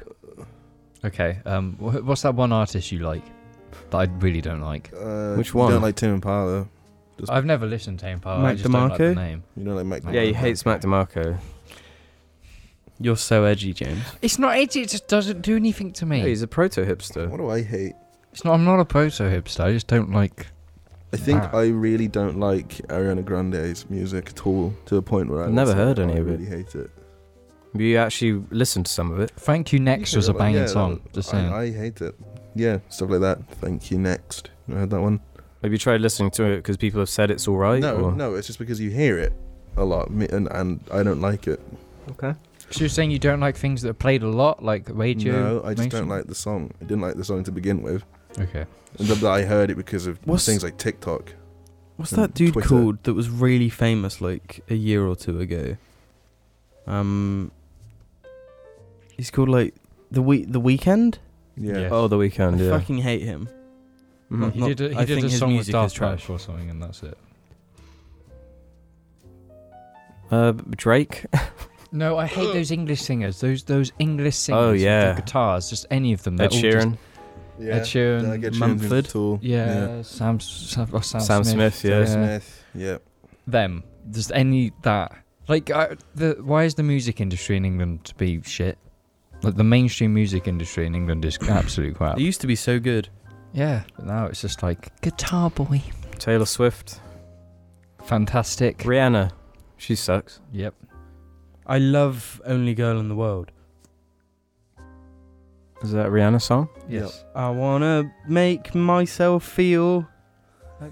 [SPEAKER 3] Okay. Um, wh- what's that one artist you like that I really don't like?
[SPEAKER 2] Uh,
[SPEAKER 1] Which
[SPEAKER 2] You
[SPEAKER 1] one?
[SPEAKER 2] don't like Tim Impala. Just-
[SPEAKER 3] I've never listened to Tame Impala. I
[SPEAKER 4] Mike
[SPEAKER 3] just don't like the
[SPEAKER 4] DeMarco?
[SPEAKER 3] name.
[SPEAKER 2] You don't like Mike.
[SPEAKER 3] Yeah,
[SPEAKER 1] Yeah, he
[SPEAKER 2] Donovan.
[SPEAKER 1] hates Mac DeMarco.
[SPEAKER 4] You're so edgy, James.
[SPEAKER 3] It's not edgy. It just doesn't do anything to me.
[SPEAKER 1] Yeah, he's a proto hipster.
[SPEAKER 2] What do I hate?
[SPEAKER 3] It's not. I'm not a proto hipster. I just don't like.
[SPEAKER 2] I think
[SPEAKER 3] Ah.
[SPEAKER 2] I really don't like Ariana Grande's music at all. To a point where I
[SPEAKER 1] I've never
[SPEAKER 2] was
[SPEAKER 1] heard
[SPEAKER 2] like, "Oh,
[SPEAKER 1] any
[SPEAKER 2] I
[SPEAKER 1] of it."
[SPEAKER 2] really hate it.
[SPEAKER 1] You actually listened to some of it.
[SPEAKER 3] Thank you. Next was a
[SPEAKER 2] Yeah,
[SPEAKER 3] banging
[SPEAKER 2] that
[SPEAKER 3] song.
[SPEAKER 2] was-
[SPEAKER 3] Just saying.
[SPEAKER 2] I, I hate it. Yeah, stuff like that. Thank you. Next, you heard that one?
[SPEAKER 1] Have you tried listening to it because people have said it's all right?
[SPEAKER 2] no,
[SPEAKER 1] or-
[SPEAKER 2] no. It's just because you hear it. a lot, me- and and I don't like it.
[SPEAKER 3] So you're saying you don't like things that are played a lot, like radio?
[SPEAKER 2] no, I just
[SPEAKER 3] mainstream?
[SPEAKER 2] don't like the song. I didn't like the song to begin with.
[SPEAKER 3] Okay.
[SPEAKER 2] And th- I heard it because of
[SPEAKER 4] What's-
[SPEAKER 2] things like TikTok.
[SPEAKER 4] What's
[SPEAKER 2] and
[SPEAKER 4] that dude
[SPEAKER 2] Twitter.
[SPEAKER 4] called that was really famous like a year or two ago? Um, he's called like the week the weekend.
[SPEAKER 2] Yeah.
[SPEAKER 3] Yeah.
[SPEAKER 1] Oh, the
[SPEAKER 4] I
[SPEAKER 1] weekend, yeah.
[SPEAKER 4] fucking hate him.
[SPEAKER 1] Mhm.
[SPEAKER 3] He
[SPEAKER 4] Not-
[SPEAKER 3] did. A, he
[SPEAKER 4] I
[SPEAKER 3] did
[SPEAKER 4] think
[SPEAKER 3] a
[SPEAKER 4] his
[SPEAKER 3] song with
[SPEAKER 4] music
[SPEAKER 3] Daft
[SPEAKER 4] is trash.
[SPEAKER 3] Punk or something, and that's it.
[SPEAKER 1] Uh, Drake.
[SPEAKER 3] No, I hate those English singers. Those those English singers.
[SPEAKER 1] Oh,
[SPEAKER 3] with the
[SPEAKER 1] yeah.
[SPEAKER 3] guitars, just any of them. they're
[SPEAKER 1] Ed
[SPEAKER 3] all just-
[SPEAKER 1] Sheeran.
[SPEAKER 2] Yeah.
[SPEAKER 3] Ed Sheeran,
[SPEAKER 2] Then I get Sheeran's
[SPEAKER 4] Mumford.
[SPEAKER 2] into Tool.
[SPEAKER 3] Yeah, Sam, Sam, oh, Sam,
[SPEAKER 1] Sam
[SPEAKER 3] Smith.
[SPEAKER 1] Smith, yeah.
[SPEAKER 2] Sam Smith. Yeah.
[SPEAKER 3] Them. Just any that. Like, I, the why is the music industry in England to be shit? Like the mainstream music industry in England is absolute crap.
[SPEAKER 4] It used to be so good.
[SPEAKER 3] Yeah, but now it's just like guitar boy,
[SPEAKER 1] Taylor Swift.
[SPEAKER 3] fantastic.
[SPEAKER 1] Rihanna. She sucks.
[SPEAKER 3] Yep.
[SPEAKER 4] I love Only Girl in the World.
[SPEAKER 1] Is that a Rihanna song?
[SPEAKER 3] Yes.
[SPEAKER 4] I wanna make myself feel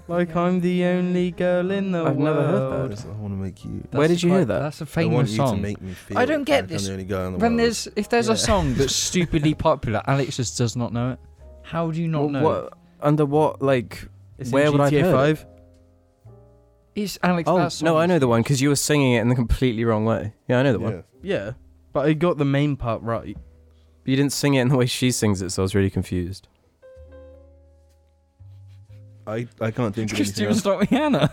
[SPEAKER 4] like I'm the only girl in the
[SPEAKER 1] I've
[SPEAKER 4] world.
[SPEAKER 1] never heard that.
[SPEAKER 2] I want to make you.
[SPEAKER 1] Where did you hear that?
[SPEAKER 3] That's a
[SPEAKER 2] I want
[SPEAKER 3] famous
[SPEAKER 2] you
[SPEAKER 3] song.
[SPEAKER 2] to make me feel.
[SPEAKER 3] I don't get
[SPEAKER 2] like
[SPEAKER 3] this.
[SPEAKER 2] I'm the only guy in the
[SPEAKER 3] when
[SPEAKER 2] world.
[SPEAKER 3] there's if there's
[SPEAKER 4] Yeah.
[SPEAKER 3] a song that's stupidly popular, Alex just does not know it. How do you not
[SPEAKER 1] Wh-
[SPEAKER 3] know? it?
[SPEAKER 1] What? Under what? Like.
[SPEAKER 4] It's
[SPEAKER 1] Where
[SPEAKER 4] in
[SPEAKER 1] would I have
[SPEAKER 4] GTA
[SPEAKER 1] heard
[SPEAKER 4] Five?
[SPEAKER 3] Is Alex?
[SPEAKER 1] Oh
[SPEAKER 3] that song
[SPEAKER 1] no, I
[SPEAKER 3] is-
[SPEAKER 1] know the one because you were singing it in the completely wrong way. Yeah, I know the one.
[SPEAKER 2] Yeah.
[SPEAKER 4] Yeah, but I got the main part right.
[SPEAKER 1] But you didn't sing it in the way she sings it, so I was really confused.
[SPEAKER 2] I I can't think of
[SPEAKER 3] Because
[SPEAKER 2] anything
[SPEAKER 3] you
[SPEAKER 2] else.
[SPEAKER 3] was like Rihanna.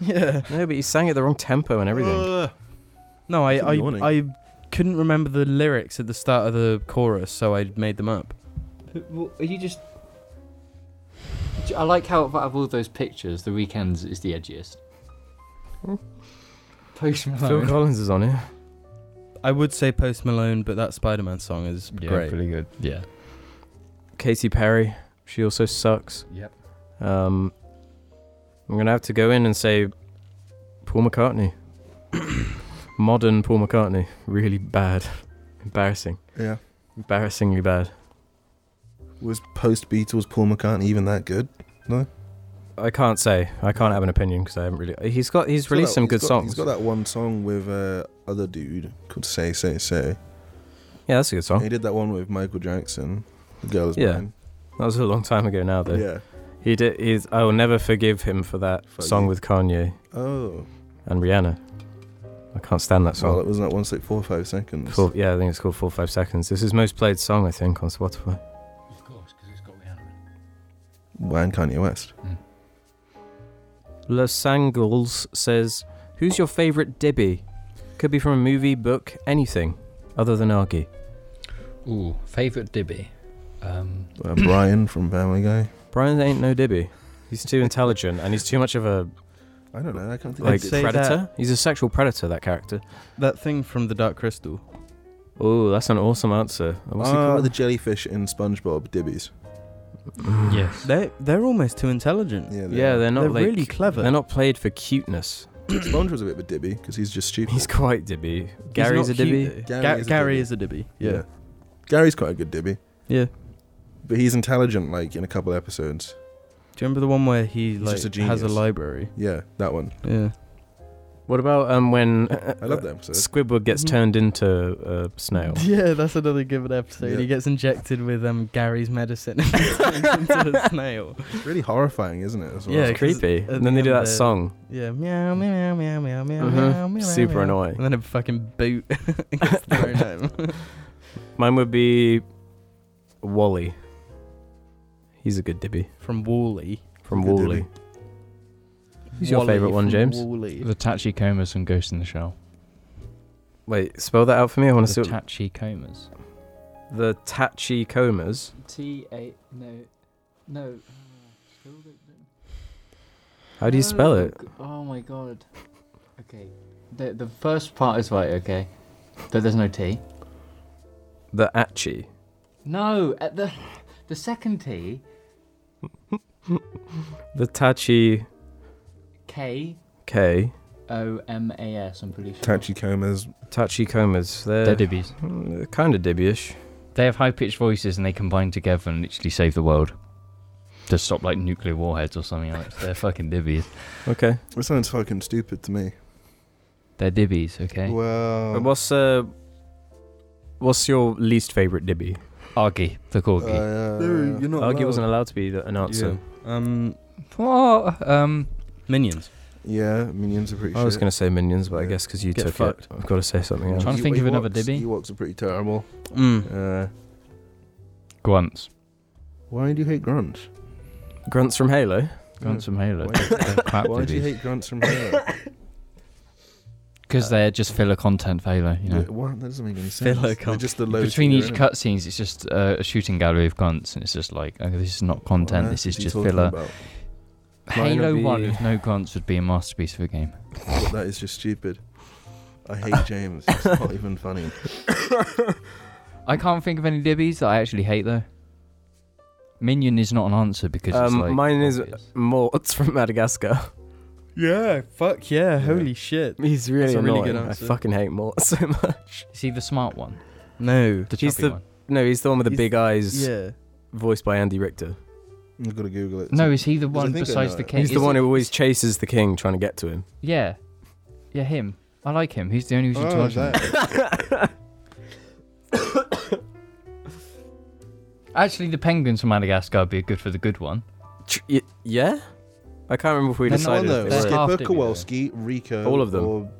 [SPEAKER 4] Yeah.
[SPEAKER 1] No, but you sang it the wrong tempo and everything.
[SPEAKER 4] Ugh. No, I
[SPEAKER 2] It's
[SPEAKER 4] I,
[SPEAKER 2] annoying.
[SPEAKER 4] I couldn't remember the lyrics at the start of the chorus, so I made them up.
[SPEAKER 3] Are you just? I like how out of all those pictures, the weekends is the edgiest. Hmm. Post
[SPEAKER 1] Phil Collins is on it.
[SPEAKER 4] I would say Post Malone, but that Spider Man song is great.
[SPEAKER 3] pretty good. Yeah.
[SPEAKER 1] Katy Perry. She also sucks.
[SPEAKER 3] Yep.
[SPEAKER 1] Um, I'm gonna have to go in and say Paul McCartney. Modern Paul McCartney, really bad, embarrassing,
[SPEAKER 2] Yeah.
[SPEAKER 1] embarrassingly bad.
[SPEAKER 2] Was post Beatles Paul McCartney even that good?
[SPEAKER 1] I can't say. I can't have an opinion because I haven't really. He's got. He's
[SPEAKER 2] He's got
[SPEAKER 1] released
[SPEAKER 2] that-
[SPEAKER 1] some
[SPEAKER 2] he's
[SPEAKER 1] good
[SPEAKER 2] got-
[SPEAKER 1] songs.
[SPEAKER 2] He's got that one song with uh, other dude called Say Say Say.
[SPEAKER 1] Yeah, that's a good song.
[SPEAKER 2] He did that one with Michael Jackson. The girl is
[SPEAKER 1] Oh. Yeah.
[SPEAKER 2] mine.
[SPEAKER 1] That was a long time ago now, though.
[SPEAKER 2] Yeah.
[SPEAKER 1] He did. He's. I will never forgive him for that
[SPEAKER 2] Fuck
[SPEAKER 1] song
[SPEAKER 2] you.
[SPEAKER 1] with Kanye
[SPEAKER 2] Oh.
[SPEAKER 1] and Rihanna. I can't stand that
[SPEAKER 2] So
[SPEAKER 1] song.
[SPEAKER 2] that was that one sec four five seconds.
[SPEAKER 1] Four, yeah, I think it's called Four Five Seconds. This is most played song I think on Spotify.
[SPEAKER 3] Of course, because it's got Rihanna.
[SPEAKER 2] Why and Kanye West.
[SPEAKER 1] Los Angles says, "Who's your favorite Dibby? Could be from a movie, book, anything, other than Argy."
[SPEAKER 3] Ooh, favorite Dibby. Um,
[SPEAKER 2] Uh, Brian from Family Guy.
[SPEAKER 1] Brian ain't no Dibby. He's too intelligent and he's too much of a
[SPEAKER 2] I don't know. I can't think.
[SPEAKER 1] like
[SPEAKER 2] of
[SPEAKER 4] say
[SPEAKER 1] predator. He's a sexual predator. That character.
[SPEAKER 4] That thing from the Dark Crystal.
[SPEAKER 1] Oh, that's an awesome answer. What's he
[SPEAKER 2] Ah,
[SPEAKER 1] called?
[SPEAKER 2] the jellyfish in SpongeBob Dibbies.
[SPEAKER 3] yes.
[SPEAKER 4] They they're almost too intelligent.
[SPEAKER 2] Yeah.
[SPEAKER 1] yeah, they're not
[SPEAKER 4] Uh, they're
[SPEAKER 1] like,
[SPEAKER 4] really clever.
[SPEAKER 1] They're not played for cuteness.
[SPEAKER 2] Sponge was a bit of a dibby because he's just stupid.
[SPEAKER 1] He's quite Dibby.
[SPEAKER 4] He's
[SPEAKER 1] Gary's a
[SPEAKER 4] not
[SPEAKER 1] Dibby.
[SPEAKER 4] cute, though.
[SPEAKER 2] Gary
[SPEAKER 4] Ga-
[SPEAKER 2] is a
[SPEAKER 4] Gary
[SPEAKER 2] dibby.
[SPEAKER 4] is a dibby. Yeah.
[SPEAKER 2] Gary's quite a good dibby,
[SPEAKER 4] Yeah.
[SPEAKER 2] but he's intelligent. Like in a couple episodes.
[SPEAKER 4] Do you remember the one where he like
[SPEAKER 2] just a
[SPEAKER 4] has a
[SPEAKER 2] genius.
[SPEAKER 4] library?
[SPEAKER 2] Yeah, that one.
[SPEAKER 4] Yeah.
[SPEAKER 1] What about um when
[SPEAKER 2] I love that episode.
[SPEAKER 1] Squidward gets
[SPEAKER 4] Mhm.
[SPEAKER 1] turned into a snail?
[SPEAKER 4] Yeah, that's another given episode.
[SPEAKER 2] Yeah.
[SPEAKER 4] He gets injected with um Gary's medicine and turns into a snail.
[SPEAKER 2] It's really horrifying, isn't it? As well?
[SPEAKER 4] Yeah,
[SPEAKER 1] It's creepy.
[SPEAKER 4] at
[SPEAKER 1] And then
[SPEAKER 4] the
[SPEAKER 1] they do
[SPEAKER 4] end
[SPEAKER 1] that
[SPEAKER 4] there-
[SPEAKER 1] song.
[SPEAKER 4] Yeah, meow, meow, meow, meow, meow, meow,
[SPEAKER 1] Mhm.
[SPEAKER 4] meow, meow.
[SPEAKER 1] Super
[SPEAKER 4] meow.
[SPEAKER 1] annoying.
[SPEAKER 4] And then a fucking boot gets thrown at him.
[SPEAKER 1] Mine would be Wally. He's a good dibby
[SPEAKER 4] From Wally.
[SPEAKER 1] from
[SPEAKER 2] Good
[SPEAKER 1] Wally.
[SPEAKER 2] dibby.
[SPEAKER 1] Who's your favourite one, James?
[SPEAKER 4] Wally.
[SPEAKER 3] The Tachikomas and Ghost in the Shell.
[SPEAKER 1] Wait, spell that out for me. I want to
[SPEAKER 3] The
[SPEAKER 1] see what,
[SPEAKER 3] Tachikomas.
[SPEAKER 1] the Tachikomas.
[SPEAKER 3] T A no, no.
[SPEAKER 1] How do you spell
[SPEAKER 4] Uh,
[SPEAKER 1] it?
[SPEAKER 3] Oh my god. Okay. The the first part is right. Okay. But there's no T.
[SPEAKER 1] The Achi.
[SPEAKER 3] No. At the the second T.
[SPEAKER 1] The Tachi
[SPEAKER 3] K
[SPEAKER 1] K.
[SPEAKER 3] O M A S. I'm pretty sure.
[SPEAKER 2] Tachikomas.
[SPEAKER 1] Tachikomas.
[SPEAKER 3] They're
[SPEAKER 1] They're,
[SPEAKER 3] dibbies.
[SPEAKER 1] kind of dibbyish.
[SPEAKER 3] They have high pitched voices and they combine together and literally save the world. To stop like nuclear warheads or something like that. They're fucking dibbies.
[SPEAKER 1] Okay.
[SPEAKER 2] It sounds fucking stupid to me.
[SPEAKER 3] They're dibbies, okay?
[SPEAKER 1] And
[SPEAKER 2] Well,
[SPEAKER 1] what's uh, what's your least favorite dibby?
[SPEAKER 3] Argy, the corgi.
[SPEAKER 4] you're not.
[SPEAKER 1] Argy wasn't allowed to be the- an answer.
[SPEAKER 4] Um,
[SPEAKER 3] what? Um,
[SPEAKER 4] minions.
[SPEAKER 2] yeah, minions are pretty.
[SPEAKER 1] I was gonna say minions, but I guess because you
[SPEAKER 4] Get
[SPEAKER 1] took
[SPEAKER 4] fucked.
[SPEAKER 1] it, I've got to say something else.
[SPEAKER 3] Trying to think of another dibby.
[SPEAKER 2] Ewoks are pretty terrible.
[SPEAKER 4] Mm.
[SPEAKER 2] Uh,
[SPEAKER 3] Grunts.
[SPEAKER 2] why do you hate grunts?
[SPEAKER 1] Grunts from Halo.
[SPEAKER 3] Grunts from Halo.
[SPEAKER 2] Why-
[SPEAKER 3] They're crap
[SPEAKER 2] Why do you
[SPEAKER 3] dibbies.
[SPEAKER 2] hate grunts from Halo?
[SPEAKER 3] Because they're just filler content for Halo, you know.
[SPEAKER 2] What? That doesn't make any sense.
[SPEAKER 4] Filler
[SPEAKER 2] They're just the low
[SPEAKER 3] Between
[SPEAKER 2] tier
[SPEAKER 3] each
[SPEAKER 2] enemy.
[SPEAKER 3] cutscenes, it's just uh, a shooting gallery of grunts, and it's just like, okay, this is not
[SPEAKER 2] What on
[SPEAKER 3] content,
[SPEAKER 2] earth
[SPEAKER 3] this is
[SPEAKER 2] he
[SPEAKER 3] just
[SPEAKER 2] talking
[SPEAKER 3] filler.
[SPEAKER 2] about?
[SPEAKER 1] Might not
[SPEAKER 3] Halo
[SPEAKER 1] be-
[SPEAKER 3] 1 with no grunts would be a masterpiece of a game.
[SPEAKER 2] Well, that is just stupid. I hate James. It's not even funny.
[SPEAKER 3] I can't think of any dibbies that I actually hate, though. Minion is not an answer because it's
[SPEAKER 1] Um,
[SPEAKER 3] like.
[SPEAKER 1] mine is-
[SPEAKER 3] obvious.
[SPEAKER 1] Morts from Madagascar.
[SPEAKER 4] Yeah. Fuck yeah.
[SPEAKER 2] holy
[SPEAKER 4] Holy shit.
[SPEAKER 1] He's really
[SPEAKER 4] That's a really
[SPEAKER 1] annoying.
[SPEAKER 4] good
[SPEAKER 1] I
[SPEAKER 4] answer.
[SPEAKER 1] fucking hate Mort so much.
[SPEAKER 3] Is he the smart one?
[SPEAKER 4] No.
[SPEAKER 3] The
[SPEAKER 1] He's
[SPEAKER 3] chubby
[SPEAKER 1] the-
[SPEAKER 3] one?
[SPEAKER 1] No, he's the one with the
[SPEAKER 4] He's-
[SPEAKER 1] big eyes,
[SPEAKER 4] Yeah.
[SPEAKER 1] voiced by Andy Richter.
[SPEAKER 2] I've got to Google it.
[SPEAKER 3] No, is he the
[SPEAKER 2] Because I
[SPEAKER 3] one
[SPEAKER 2] think I
[SPEAKER 3] besides
[SPEAKER 2] know
[SPEAKER 3] the
[SPEAKER 2] it.
[SPEAKER 3] king?
[SPEAKER 1] he's the
[SPEAKER 3] Is
[SPEAKER 1] one
[SPEAKER 3] it-
[SPEAKER 1] who always chases the king, trying to get to him.
[SPEAKER 3] Yeah. Yeah, him. I like him. He's the only who's in
[SPEAKER 2] Oh,
[SPEAKER 3] charge of it.
[SPEAKER 2] that.
[SPEAKER 3] Actually, the penguins from Madagascar would be good for the good one.
[SPEAKER 1] Tr- y- yeah, I can't remember if we
[SPEAKER 3] They're not
[SPEAKER 1] decided.
[SPEAKER 3] though.
[SPEAKER 1] if
[SPEAKER 3] They're
[SPEAKER 1] they were.
[SPEAKER 3] half
[SPEAKER 2] Skipper,
[SPEAKER 3] dibby, though.
[SPEAKER 2] Kowalski, Rico.
[SPEAKER 1] All of them.
[SPEAKER 2] Or,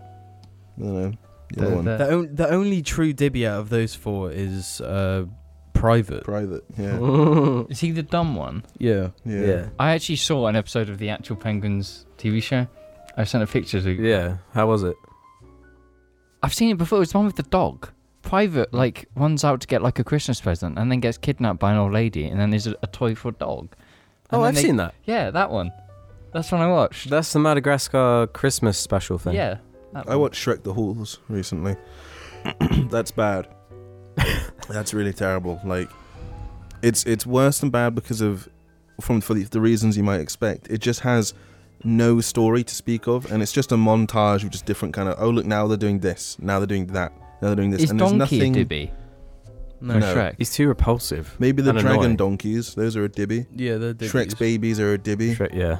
[SPEAKER 2] I don't know. The
[SPEAKER 3] The-
[SPEAKER 2] other one.
[SPEAKER 3] the-
[SPEAKER 4] uh, The, on- the only true dibby out of those four is uh, private.
[SPEAKER 2] Private. Yeah.
[SPEAKER 3] Is he the dumb one?
[SPEAKER 4] Yeah.
[SPEAKER 2] Yeah.
[SPEAKER 1] yeah,
[SPEAKER 3] I actually saw an episode of the actual penguins TV show. I sent a picture to.
[SPEAKER 1] yeah. How was it?
[SPEAKER 3] I've seen it before. It was the one with the dog. Private, like, runs out to get like a Christmas present and then gets kidnapped by an old lady, and then there's a, a toy for a dog. And
[SPEAKER 1] Oh,
[SPEAKER 3] then
[SPEAKER 1] I've
[SPEAKER 3] they-
[SPEAKER 1] seen that.
[SPEAKER 3] Yeah, that one. That's one I watched.
[SPEAKER 1] That's the Madagascar Christmas special thing.
[SPEAKER 3] Yeah. that
[SPEAKER 2] I
[SPEAKER 3] one.
[SPEAKER 2] watched Shrek the Halls recently. That's bad. That's really terrible. Like, it's it's worse than bad because of from for the, the reasons you might expect. It just has no story to speak of, and it's just a montage of just different kind of. Oh look, now they're doing this. Now they're doing that. Now they're doing this.
[SPEAKER 3] Is
[SPEAKER 2] and
[SPEAKER 3] Donkey
[SPEAKER 2] there's nothing.
[SPEAKER 3] a dibby?
[SPEAKER 4] No.
[SPEAKER 3] Or
[SPEAKER 2] No.
[SPEAKER 3] Shrek?
[SPEAKER 1] he's too repulsive.
[SPEAKER 2] Maybe the
[SPEAKER 1] and
[SPEAKER 2] dragon
[SPEAKER 1] annoying.
[SPEAKER 2] donkeys. Those are a dibby.
[SPEAKER 4] Yeah, they're dibbies.
[SPEAKER 2] Shrek's babies are a dibby.
[SPEAKER 1] Shrek, yeah.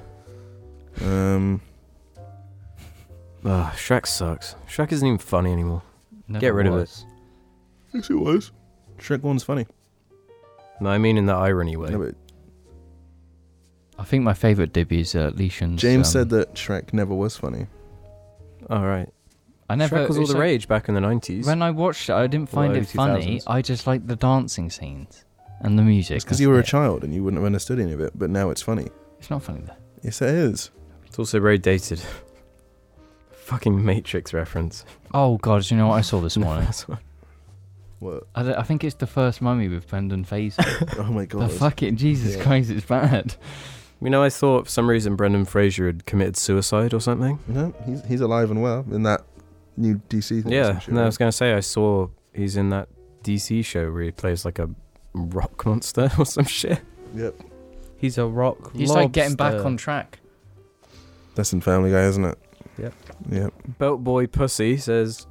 [SPEAKER 2] Um,
[SPEAKER 1] Ugh, Ah, Shrek sucks. Shrek isn't even funny anymore.
[SPEAKER 3] Never
[SPEAKER 1] Get rid of
[SPEAKER 3] was.
[SPEAKER 2] yes, it was. Shrek one's funny.
[SPEAKER 1] No, I mean in the irony way.
[SPEAKER 2] No, but
[SPEAKER 3] I think my favourite dibby is uh, Leeshan's.
[SPEAKER 2] James
[SPEAKER 3] um,
[SPEAKER 2] said that Shrek never was funny.
[SPEAKER 1] All right.
[SPEAKER 3] I never.
[SPEAKER 1] Shrek was all
[SPEAKER 3] it's
[SPEAKER 1] the
[SPEAKER 3] like-
[SPEAKER 1] rage back in the nineties.
[SPEAKER 3] When I watched it, I didn't find
[SPEAKER 1] early
[SPEAKER 3] it funny.
[SPEAKER 1] 2000s.
[SPEAKER 3] I just liked the dancing scenes and the music.
[SPEAKER 2] It's because
[SPEAKER 3] that's
[SPEAKER 2] you were a
[SPEAKER 3] it.
[SPEAKER 2] child and you wouldn't have understood any of it, but now it's funny.
[SPEAKER 3] It's not funny though.
[SPEAKER 2] Yes, it is.
[SPEAKER 1] It's also very dated. Fucking Matrix reference.
[SPEAKER 3] Oh god, do you know what I saw this
[SPEAKER 1] No,
[SPEAKER 3] morning?
[SPEAKER 1] that's what-
[SPEAKER 2] What?
[SPEAKER 3] I, don't- I think it's the first mummy with Brendan Fraser.
[SPEAKER 2] Oh my
[SPEAKER 3] the
[SPEAKER 2] god.
[SPEAKER 3] fucking Jesus
[SPEAKER 2] Yeah.
[SPEAKER 3] Christ, it's bad.
[SPEAKER 1] You know, I thought for some reason Brendan Fraser had committed suicide or something.
[SPEAKER 2] No, he's he's alive and well in that new DC thing. or some
[SPEAKER 1] Yeah,
[SPEAKER 2] shit,
[SPEAKER 1] no, I
[SPEAKER 2] right?
[SPEAKER 1] was gonna say I saw he's in that DC show where he plays like a rock monster or some shit.
[SPEAKER 2] Yep.
[SPEAKER 4] He's a rock.
[SPEAKER 3] He's like getting back on track.
[SPEAKER 2] That's in Family Guy, isn't it?
[SPEAKER 4] Yep.
[SPEAKER 2] Yep.
[SPEAKER 1] Belt boy pussy says,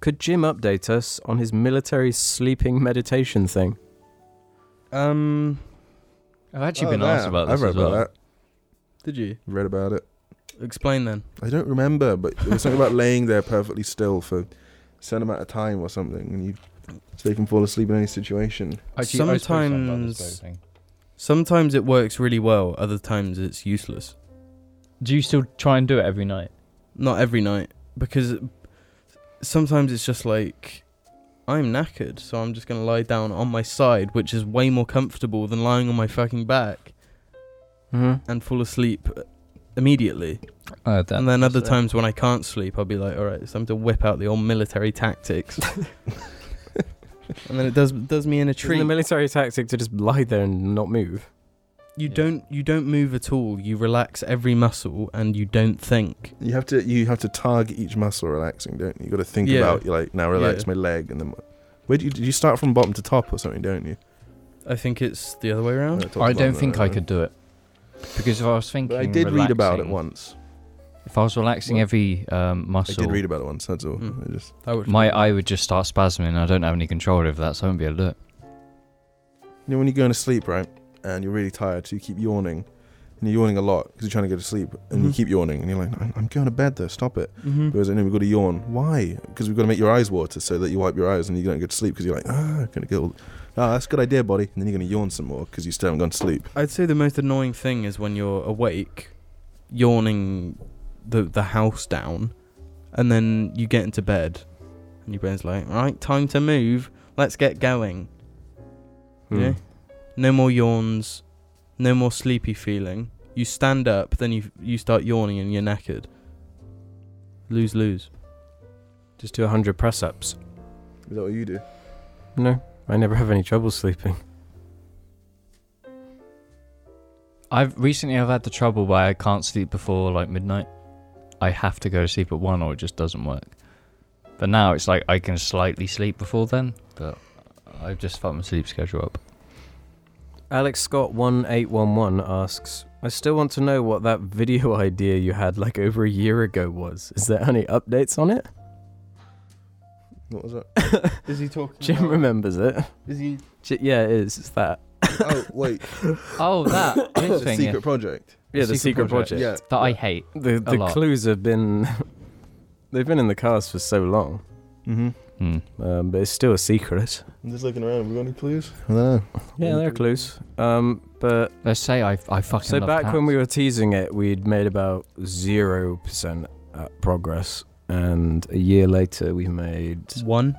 [SPEAKER 1] "Could Jim update us on his military sleeping meditation thing?"
[SPEAKER 4] Um.
[SPEAKER 3] I've actually
[SPEAKER 2] Oh,
[SPEAKER 3] been asked
[SPEAKER 2] that.
[SPEAKER 3] about this
[SPEAKER 2] I read
[SPEAKER 3] as well.
[SPEAKER 2] about
[SPEAKER 4] Did you
[SPEAKER 2] that. Read about it.
[SPEAKER 4] explain then?
[SPEAKER 2] I don't remember, but it was something about laying there perfectly still for a certain amount of time or something, and you so you can fall asleep in any situation.
[SPEAKER 3] Actually, I was supposed to talk about this
[SPEAKER 4] Sometimes-
[SPEAKER 3] very thing.
[SPEAKER 4] Sometimes it works really well. Other times it's useless.
[SPEAKER 3] Do you still try and do it every night?
[SPEAKER 4] Not every night because sometimes it's just like I'm knackered, so I'm just gonna lie down on my side, which is way more comfortable than lying on my fucking back
[SPEAKER 1] Mm-hmm.
[SPEAKER 4] and fall asleep immediately.
[SPEAKER 3] Uh, that
[SPEAKER 4] and then other times when I can't sleep, I'll be like, all right, it's time to whip out the old military tactics. and then it does does me in a
[SPEAKER 1] the
[SPEAKER 4] treat.
[SPEAKER 1] military tactic to just lie there and not move.
[SPEAKER 4] you
[SPEAKER 3] Yeah.
[SPEAKER 4] don't you don't move at all. You relax every muscle and you don't think.
[SPEAKER 2] You have to you have to target each muscle relaxing, don't you? You got to think
[SPEAKER 4] Yeah.
[SPEAKER 2] about you like now relax my
[SPEAKER 4] Yeah.
[SPEAKER 2] leg and then. Where do you, do you start from bottom to top or something? Don't you?
[SPEAKER 4] I think it's the other way around.
[SPEAKER 2] talked
[SPEAKER 3] I
[SPEAKER 2] about
[SPEAKER 3] don't
[SPEAKER 2] that,
[SPEAKER 3] think I
[SPEAKER 2] right?
[SPEAKER 3] could do it because if I was thinking,
[SPEAKER 2] But I did read about it
[SPEAKER 3] relaxing-
[SPEAKER 2] once.
[SPEAKER 3] If I was relaxing
[SPEAKER 2] Well,
[SPEAKER 3] every um,
[SPEAKER 2] I
[SPEAKER 3] muscle,
[SPEAKER 2] did read about it once. That's all.
[SPEAKER 3] Hmm.
[SPEAKER 4] Mm.
[SPEAKER 2] I just
[SPEAKER 4] That would-
[SPEAKER 3] my eye would just start spasming. I don't have any control over that, so I won't be able to do it.
[SPEAKER 2] you know when you're going to sleep, right, and you're really tired, so you keep yawning, and you're yawning a lot because you're trying to go to sleep, and you
[SPEAKER 3] Hmm.
[SPEAKER 4] Mhm.
[SPEAKER 2] keep yawning, and you're like, I'm, I'm going to bed though, stop it.
[SPEAKER 4] Mm-hmm.
[SPEAKER 2] Whereas, no, we've got to yawn. Why? Because we've got to make your eyes water so that you wipe your eyes and you don't go to sleep because you're like, ah, I'm going to go. Ah, that's a good idea, body. And then you're going to yawn some more because you still haven't gone to sleep.
[SPEAKER 4] I'd say the most annoying thing is when you're awake, yawning the the house down, and then you get into bed, and your brain's like, right, time to move. Let's get going.
[SPEAKER 1] Hmm.
[SPEAKER 4] Yeah. No more yawns, no more sleepy feeling. You stand up, then you you start yawning and you're knackered. Lose lose.
[SPEAKER 1] Just do 100 press ups.
[SPEAKER 2] Is that what you do?
[SPEAKER 1] No, I never have any trouble sleeping.
[SPEAKER 3] I've recently I've had the trouble where I can't sleep before like midnight. I have to go to sleep at one or it just doesn't work. But now it's like I can slightly sleep before then, but I've just fucked my sleep schedule up.
[SPEAKER 1] Alex Scott 1811 asks, I still want to know what that video idea you had like over a year ago was. Is there any updates on it?
[SPEAKER 2] What was that?
[SPEAKER 4] Is he talking?
[SPEAKER 1] Jim remembers it.
[SPEAKER 4] Is he?
[SPEAKER 1] J- yeah, it is. It's that.
[SPEAKER 2] oh, wait.
[SPEAKER 3] Oh, that
[SPEAKER 2] It's
[SPEAKER 3] this
[SPEAKER 2] a
[SPEAKER 3] thing
[SPEAKER 2] secret project.
[SPEAKER 1] Yeah, the secret project.
[SPEAKER 2] Yeah.
[SPEAKER 3] that I hate.
[SPEAKER 1] The the
[SPEAKER 3] lot.
[SPEAKER 1] clues have been they've been in the cast for so long,
[SPEAKER 2] Mm-hmm.
[SPEAKER 3] Hmm.
[SPEAKER 1] um, but it's still a secret.
[SPEAKER 2] I'm just looking around. We got any clues? I don't know.
[SPEAKER 1] Yeah, there are clues. Um, but
[SPEAKER 3] Let's say I I fucking
[SPEAKER 1] so
[SPEAKER 3] love
[SPEAKER 1] back
[SPEAKER 3] cats.
[SPEAKER 1] when we were teasing it, we'd made about zero percent uh, progress, and a year later we made
[SPEAKER 4] One.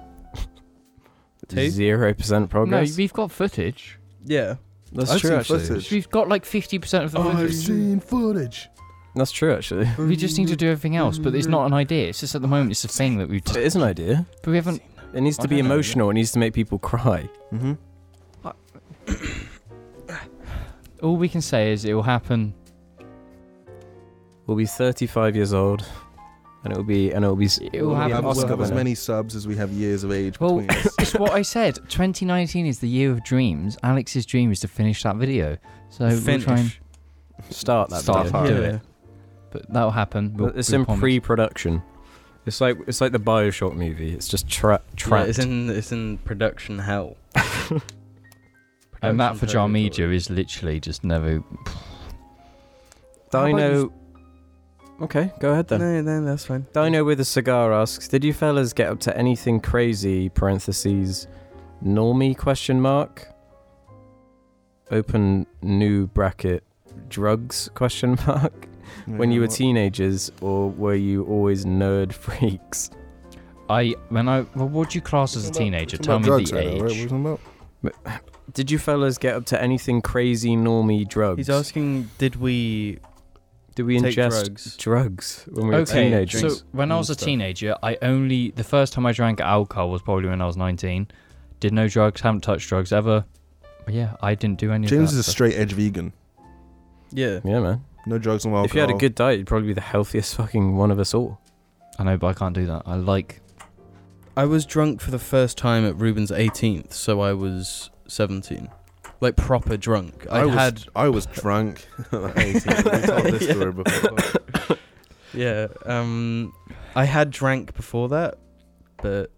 [SPEAKER 4] Two?
[SPEAKER 1] zero percent
[SPEAKER 3] no,
[SPEAKER 1] progress.
[SPEAKER 3] we've got footage.
[SPEAKER 4] Yeah.
[SPEAKER 1] That's
[SPEAKER 2] I've
[SPEAKER 1] true
[SPEAKER 2] seen
[SPEAKER 1] actually.
[SPEAKER 2] footage.
[SPEAKER 3] We've got like fifty percent of the
[SPEAKER 2] Oh, I've
[SPEAKER 3] footage.
[SPEAKER 2] seen footage.
[SPEAKER 1] That's true actually.
[SPEAKER 3] We just need to do everything else, but it's not an idea. It's just at the moment it's a thing that we've
[SPEAKER 1] It
[SPEAKER 3] just
[SPEAKER 1] is an idea.
[SPEAKER 3] but we haven't
[SPEAKER 1] It needs
[SPEAKER 4] I
[SPEAKER 1] to be
[SPEAKER 4] don't know, yeah.
[SPEAKER 1] emotional. It needs to make people cry.
[SPEAKER 2] Mm-hmm.
[SPEAKER 3] all we can say is it will happen
[SPEAKER 1] We'll be 35 years old, and it will be and it will be.
[SPEAKER 3] It will happen.
[SPEAKER 2] Have,
[SPEAKER 3] Oscar
[SPEAKER 2] we'll have as
[SPEAKER 1] winner.
[SPEAKER 2] many subs as we have years of age
[SPEAKER 3] Well-
[SPEAKER 2] between us.
[SPEAKER 3] It's what I said. 2019 is the year of dreams. Alex's dream is to finish that video. So we'll try and,
[SPEAKER 4] Finish.
[SPEAKER 1] Start that.
[SPEAKER 3] Start
[SPEAKER 1] video.
[SPEAKER 3] Can't do
[SPEAKER 4] Yeah.
[SPEAKER 3] it. but that'll happen. We'll,
[SPEAKER 1] it's
[SPEAKER 3] we
[SPEAKER 1] in
[SPEAKER 3] promise.
[SPEAKER 1] pre-production. It's like it's like the Bioshock movie. It's just tra-
[SPEAKER 4] Yeah,
[SPEAKER 1] trapped.
[SPEAKER 4] it's in it's in production hell.
[SPEAKER 3] And that
[SPEAKER 4] Production
[SPEAKER 3] for
[SPEAKER 4] hell.
[SPEAKER 3] Jar Media is literally just never.
[SPEAKER 1] Dino.
[SPEAKER 3] How about
[SPEAKER 1] Okay, go ahead then.
[SPEAKER 4] No, no, that's fine.
[SPEAKER 1] Dino with a cigar asks, "Did you fellas get up to anything crazy?" Parentheses, normie question mark. Open new bracket, drugs question mark. When you were teenagers, or were you always nerd freaks?
[SPEAKER 3] I when I well, what do you class as a teenager? Tell me the age.
[SPEAKER 1] Did you fellas get up to anything crazy, normie drugs?
[SPEAKER 4] He's asking, did we
[SPEAKER 1] Do we
[SPEAKER 4] take
[SPEAKER 1] ingest
[SPEAKER 4] drugs?
[SPEAKER 1] drugs when we were
[SPEAKER 3] Okay,
[SPEAKER 1] teenagers?
[SPEAKER 3] so when I
[SPEAKER 4] and
[SPEAKER 3] was a
[SPEAKER 4] stuff.
[SPEAKER 3] teenager, I only the first time I drank alcohol was probably when I was 19. Did no drugs, haven't touched drugs ever. But yeah, I didn't do any. of
[SPEAKER 2] James is
[SPEAKER 3] that
[SPEAKER 2] a
[SPEAKER 3] stuff.
[SPEAKER 2] straight edge vegan.
[SPEAKER 4] Yeah.
[SPEAKER 1] yeah, man.
[SPEAKER 2] No drugs, no alcohol.
[SPEAKER 1] If you had a good diet, you'd probably be the healthiest fucking one of us all.
[SPEAKER 3] I know, but I can't do that. I like
[SPEAKER 4] I was drunk for the first time at Ruben's 18th, so I was 17. Like proper drunk. I,
[SPEAKER 2] I was,
[SPEAKER 4] had
[SPEAKER 2] I was drunk. I told this
[SPEAKER 4] Yeah.
[SPEAKER 2] story before.
[SPEAKER 4] yeah, um I had drank before that, but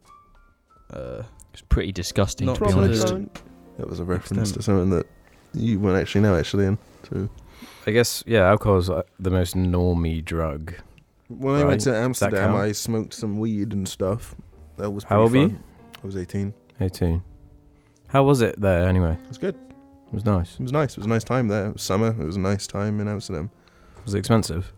[SPEAKER 4] uh
[SPEAKER 3] it's pretty disgusting
[SPEAKER 4] Not
[SPEAKER 3] to be
[SPEAKER 4] properly
[SPEAKER 3] honest.
[SPEAKER 4] done.
[SPEAKER 2] That was a reference
[SPEAKER 4] Extent.
[SPEAKER 2] to something that you won't actually know actually. And so
[SPEAKER 1] I guess, yeah, alcohol's uh, the most normie drug.
[SPEAKER 2] when I
[SPEAKER 1] Right.
[SPEAKER 2] went to Amsterdam,
[SPEAKER 1] count?
[SPEAKER 2] I smoked some weed and stuff. That was
[SPEAKER 1] How
[SPEAKER 2] pretty
[SPEAKER 1] old were
[SPEAKER 2] fun. I was 18.
[SPEAKER 1] 18. How was it there, anyway?
[SPEAKER 2] It was good.
[SPEAKER 1] It was nice.
[SPEAKER 2] It was nice. It was a nice time there. It was summer. It was a nice time in Amsterdam.
[SPEAKER 1] Was it expensive?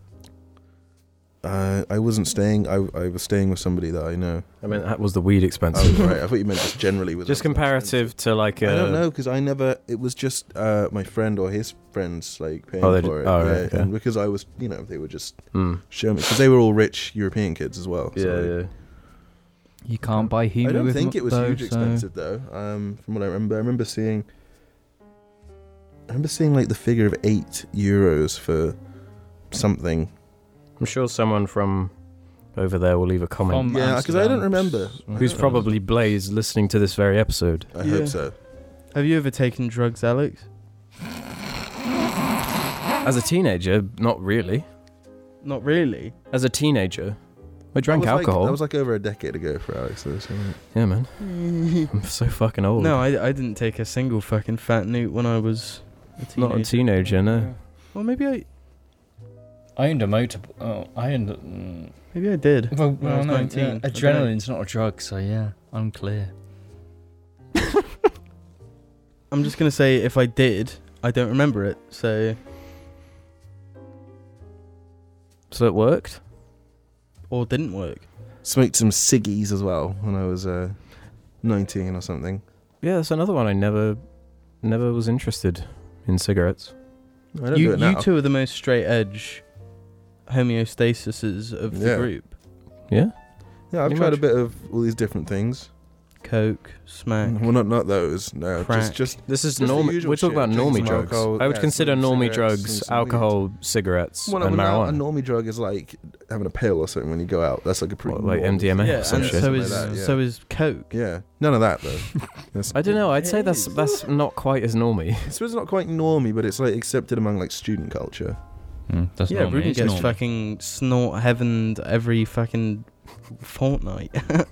[SPEAKER 2] Uh, I wasn't staying. I, I was staying with somebody that I know.
[SPEAKER 1] I mean, that was the weed
[SPEAKER 2] Oh,
[SPEAKER 1] expensive.
[SPEAKER 2] right. I thought you meant just generally with
[SPEAKER 1] Just
[SPEAKER 2] Amsterdam.
[SPEAKER 1] comparative to like uh, a.
[SPEAKER 2] I don't know because I never. It was just uh, my friend or his friends like paying
[SPEAKER 1] Oh, they
[SPEAKER 2] for
[SPEAKER 1] did-
[SPEAKER 2] it.
[SPEAKER 1] oh, right, yeah.
[SPEAKER 2] And because I was, you know, they were just
[SPEAKER 1] Mm.
[SPEAKER 2] showing me because they were all rich European kids as well.
[SPEAKER 1] Yeah,
[SPEAKER 2] so
[SPEAKER 1] yeah.
[SPEAKER 3] You can't buy humor.
[SPEAKER 2] I don't
[SPEAKER 3] with
[SPEAKER 2] think
[SPEAKER 3] mu-
[SPEAKER 2] it was
[SPEAKER 3] though,
[SPEAKER 2] huge
[SPEAKER 3] so-
[SPEAKER 2] expensive though. Um, from what I remember, I remember seeing. I remember seeing like the figure of eight euros for something.
[SPEAKER 1] I'm sure someone from over there will leave a comment.
[SPEAKER 3] From
[SPEAKER 2] Yeah, 'cause I
[SPEAKER 3] Amsterdam.
[SPEAKER 2] don't remember.
[SPEAKER 1] Who's
[SPEAKER 2] Yeah.
[SPEAKER 1] probably Blaze listening to this very episode.
[SPEAKER 2] I
[SPEAKER 4] Yeah.
[SPEAKER 2] hope so.
[SPEAKER 4] Have you ever taken drugs, Alex?
[SPEAKER 1] As a teenager, not really.
[SPEAKER 4] Not really.
[SPEAKER 1] As a teenager, I
[SPEAKER 2] That
[SPEAKER 1] drank
[SPEAKER 2] was
[SPEAKER 1] alcohol.
[SPEAKER 2] Like, that was like over a decade ago for Alex. Though, so.
[SPEAKER 1] yeah, man. I'm so fucking old.
[SPEAKER 4] No, I, I didn't take a single fucking fat newt when I was a teenager.
[SPEAKER 1] not a teenager, no.
[SPEAKER 4] Well, maybe I
[SPEAKER 3] I owned a motor. Oh, I owned. A, mm,
[SPEAKER 4] maybe I did.
[SPEAKER 3] well,
[SPEAKER 4] When I
[SPEAKER 3] well,
[SPEAKER 4] was
[SPEAKER 3] no,
[SPEAKER 4] 19,
[SPEAKER 3] yeah,
[SPEAKER 4] I don't know.
[SPEAKER 3] adrenaline's not a drug, so yeah, I'm clear.
[SPEAKER 4] I'm just gonna say if I did, I don't remember it. So
[SPEAKER 1] So it worked.
[SPEAKER 4] or didn't work.
[SPEAKER 2] Smoked some ciggies as well when I was uh, 19 or something.
[SPEAKER 1] Yeah, that's another one. I never, never was interested in cigarettes.
[SPEAKER 2] I don't
[SPEAKER 4] you
[SPEAKER 2] do it now.
[SPEAKER 4] you two are the most straight edge homeostasises of the
[SPEAKER 2] Yeah.
[SPEAKER 4] group.
[SPEAKER 1] Yeah.
[SPEAKER 2] yeah, I've
[SPEAKER 1] pretty
[SPEAKER 2] tried a
[SPEAKER 1] much.
[SPEAKER 2] bit of all these different things.
[SPEAKER 4] Coke, smack.
[SPEAKER 2] Well, not not those. No,
[SPEAKER 4] Crack.
[SPEAKER 2] just just
[SPEAKER 1] This is
[SPEAKER 2] Just the
[SPEAKER 1] normie.
[SPEAKER 2] usual
[SPEAKER 1] We're talking
[SPEAKER 2] shit,
[SPEAKER 1] about
[SPEAKER 2] drinking
[SPEAKER 1] normie
[SPEAKER 2] some
[SPEAKER 1] drugs.
[SPEAKER 2] alcohol,
[SPEAKER 1] I would
[SPEAKER 2] yeah,
[SPEAKER 1] consider
[SPEAKER 2] smoking
[SPEAKER 1] normie
[SPEAKER 2] cigarettes,
[SPEAKER 1] drugs,
[SPEAKER 2] smoking some weed.
[SPEAKER 1] alcohol, cigarettes,
[SPEAKER 2] well,
[SPEAKER 1] and
[SPEAKER 2] well, now
[SPEAKER 1] marijuana.
[SPEAKER 2] uh, A normal drug is like having a pill or something when you go out. That's like a pretty
[SPEAKER 1] What, like
[SPEAKER 2] normal-
[SPEAKER 1] MDMA
[SPEAKER 4] Yeah,
[SPEAKER 1] or some
[SPEAKER 4] and
[SPEAKER 1] shit.
[SPEAKER 4] so
[SPEAKER 2] Something
[SPEAKER 4] is
[SPEAKER 2] like that, yeah.
[SPEAKER 4] so is Coke.
[SPEAKER 2] Yeah, none of that though. That's-
[SPEAKER 1] I don't know. I'd say
[SPEAKER 4] It
[SPEAKER 1] that's
[SPEAKER 4] is.
[SPEAKER 1] that's not quite as normie.
[SPEAKER 2] It's it's not quite normy, but it's like accepted among like student culture.
[SPEAKER 1] Hmm,
[SPEAKER 3] that's
[SPEAKER 4] yeah, Ruben gets fucking snort heavened every fucking fortnight.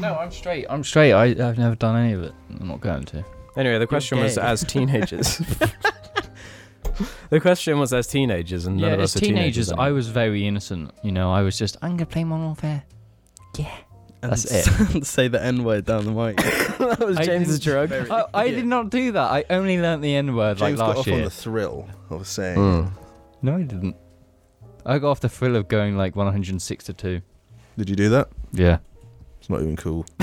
[SPEAKER 3] No, I'm straight. I'm straight. I, I've never done any of it. I'm not going to.
[SPEAKER 1] Anyway, the question was
[SPEAKER 4] gay.
[SPEAKER 1] as teenagers. the question was as teenagers, and none
[SPEAKER 3] yeah,
[SPEAKER 1] of
[SPEAKER 3] as
[SPEAKER 1] us are
[SPEAKER 3] teenagers,
[SPEAKER 1] teenagers.
[SPEAKER 3] I was very innocent. You know, I was just, I'm gonna play Modern Warfare.
[SPEAKER 4] And
[SPEAKER 3] That's
[SPEAKER 4] s- say the N word down the mic.
[SPEAKER 1] that was
[SPEAKER 3] I
[SPEAKER 1] James's
[SPEAKER 3] didn't-
[SPEAKER 1] drug.
[SPEAKER 3] I, I
[SPEAKER 4] Yeah.
[SPEAKER 3] did not do that. I only learnt the N word like
[SPEAKER 2] James got
[SPEAKER 3] last
[SPEAKER 2] off on
[SPEAKER 3] year.
[SPEAKER 2] the thrill of saying.
[SPEAKER 3] Oh.
[SPEAKER 1] Mm.
[SPEAKER 3] No, I didn't. I got off the thrill of going like 106 to two.
[SPEAKER 2] Did you do that?
[SPEAKER 3] Yeah.
[SPEAKER 2] It's not even cool.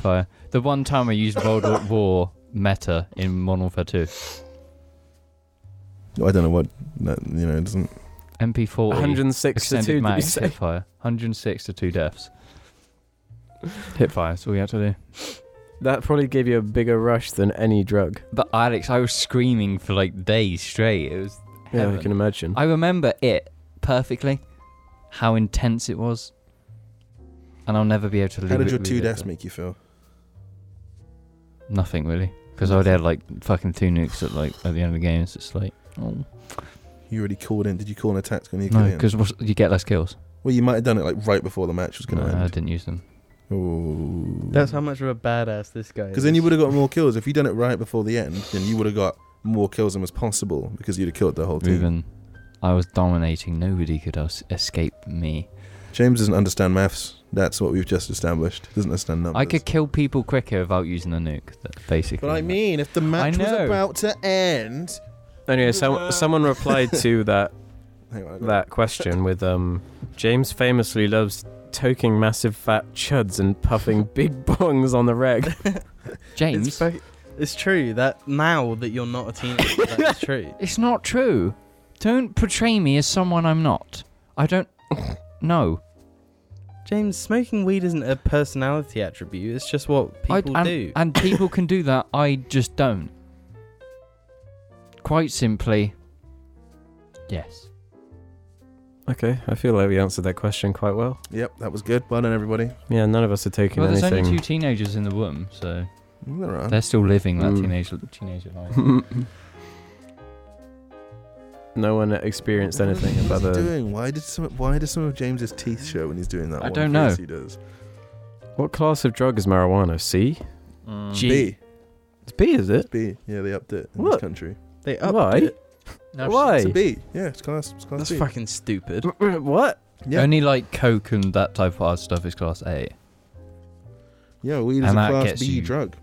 [SPEAKER 3] Fire. The one time I used World War- War meta in Modern Warfare 2.
[SPEAKER 2] I don't know what. No, you know, it doesn't.
[SPEAKER 3] MP40.
[SPEAKER 1] 106 to
[SPEAKER 3] extended
[SPEAKER 1] 2, did you
[SPEAKER 3] max
[SPEAKER 1] say?
[SPEAKER 3] hitfire. 106 to two deaths. Hitfire. That's all you had to do.
[SPEAKER 1] That probably gave you a bigger rush than any drug.
[SPEAKER 3] But Alex, I was screaming for like days straight. It was.
[SPEAKER 1] Yeah, I
[SPEAKER 3] heaven.
[SPEAKER 1] can imagine.
[SPEAKER 3] I remember it perfectly, how intense it was, and I'll never be able to.
[SPEAKER 2] How
[SPEAKER 3] live
[SPEAKER 2] did
[SPEAKER 3] it-
[SPEAKER 2] your
[SPEAKER 3] with
[SPEAKER 2] two
[SPEAKER 3] it.
[SPEAKER 2] deaths make you feel?
[SPEAKER 3] Nothing really, because I would have like fucking two nukes at like at the end of the game. It's just like, oh
[SPEAKER 2] You already called in. Did you call an attack when you
[SPEAKER 3] no,
[SPEAKER 2] called in?
[SPEAKER 3] because you get less kills.
[SPEAKER 2] Well, you might have done it like right before the match was going
[SPEAKER 3] No,
[SPEAKER 2] to
[SPEAKER 3] I
[SPEAKER 2] end.
[SPEAKER 3] didn't use them.
[SPEAKER 2] Ooh.
[SPEAKER 4] That's how much of a badass this guy is.
[SPEAKER 2] Because then you would have got more kills. If you done it right before the end, then you would have got more kills than was possible because you'd have killed the whole team.
[SPEAKER 3] Ruben, I was dominating. Nobody could es- escape me.
[SPEAKER 2] James doesn't understand maths. That's what we've just established. He doesn't understand numbers.
[SPEAKER 3] I could kill people quicker without using a nuke. That's basically.
[SPEAKER 2] But I mean, if the match was
[SPEAKER 3] know.
[SPEAKER 2] about to end.
[SPEAKER 1] Anyway, so, someone replied to that
[SPEAKER 2] Hang on, I got-
[SPEAKER 1] that question with um James famously loves toking massive fat chuds and puffing big bongs on the reg.
[SPEAKER 3] James.
[SPEAKER 4] It's,
[SPEAKER 3] It's,
[SPEAKER 4] fa- it's true that now that you're not a teenager, that's true.
[SPEAKER 3] not true. Don't portray me as someone I'm not. I don't. No,
[SPEAKER 4] James, smoking weed isn't a personality attribute. It's just what
[SPEAKER 3] I-
[SPEAKER 4] people
[SPEAKER 3] and,
[SPEAKER 4] do.
[SPEAKER 3] and people can do that. I just don't. Quite simply, yes.
[SPEAKER 1] Okay, I feel like we answered that question quite well.
[SPEAKER 2] Yep, that was good. Well done, everybody.
[SPEAKER 1] Yeah, none of us are taking
[SPEAKER 3] Well, there's
[SPEAKER 1] anything.
[SPEAKER 3] only two teenagers in the room, so
[SPEAKER 2] Mm, There are.
[SPEAKER 3] they're still living that
[SPEAKER 1] Mm.
[SPEAKER 3] teenage teenager life.
[SPEAKER 1] no one experienced
[SPEAKER 2] What
[SPEAKER 1] anything
[SPEAKER 2] is he
[SPEAKER 1] about the
[SPEAKER 2] doing? Why did some? Why does some of James's teeth show when he's doing that?
[SPEAKER 3] I
[SPEAKER 2] one
[SPEAKER 3] don't know.
[SPEAKER 2] face He does.
[SPEAKER 1] what class of drug is marijuana? C.
[SPEAKER 3] Mm.
[SPEAKER 1] Gee.
[SPEAKER 2] B.
[SPEAKER 1] It's B, is it?
[SPEAKER 2] B. Yeah, they upped it in
[SPEAKER 1] What?
[SPEAKER 2] this country.
[SPEAKER 4] they upped
[SPEAKER 1] Why?
[SPEAKER 4] it.
[SPEAKER 3] No,
[SPEAKER 1] Why?
[SPEAKER 2] It's a B. Yeah, it's class. It's class
[SPEAKER 4] That's
[SPEAKER 2] B.
[SPEAKER 4] fucking stupid.
[SPEAKER 1] what?
[SPEAKER 2] Yeah.
[SPEAKER 3] Only like coke and that type of hard stuff is class A.
[SPEAKER 2] yeah, weed is a
[SPEAKER 3] And that
[SPEAKER 2] class
[SPEAKER 3] gets
[SPEAKER 2] B
[SPEAKER 3] you-
[SPEAKER 2] drug.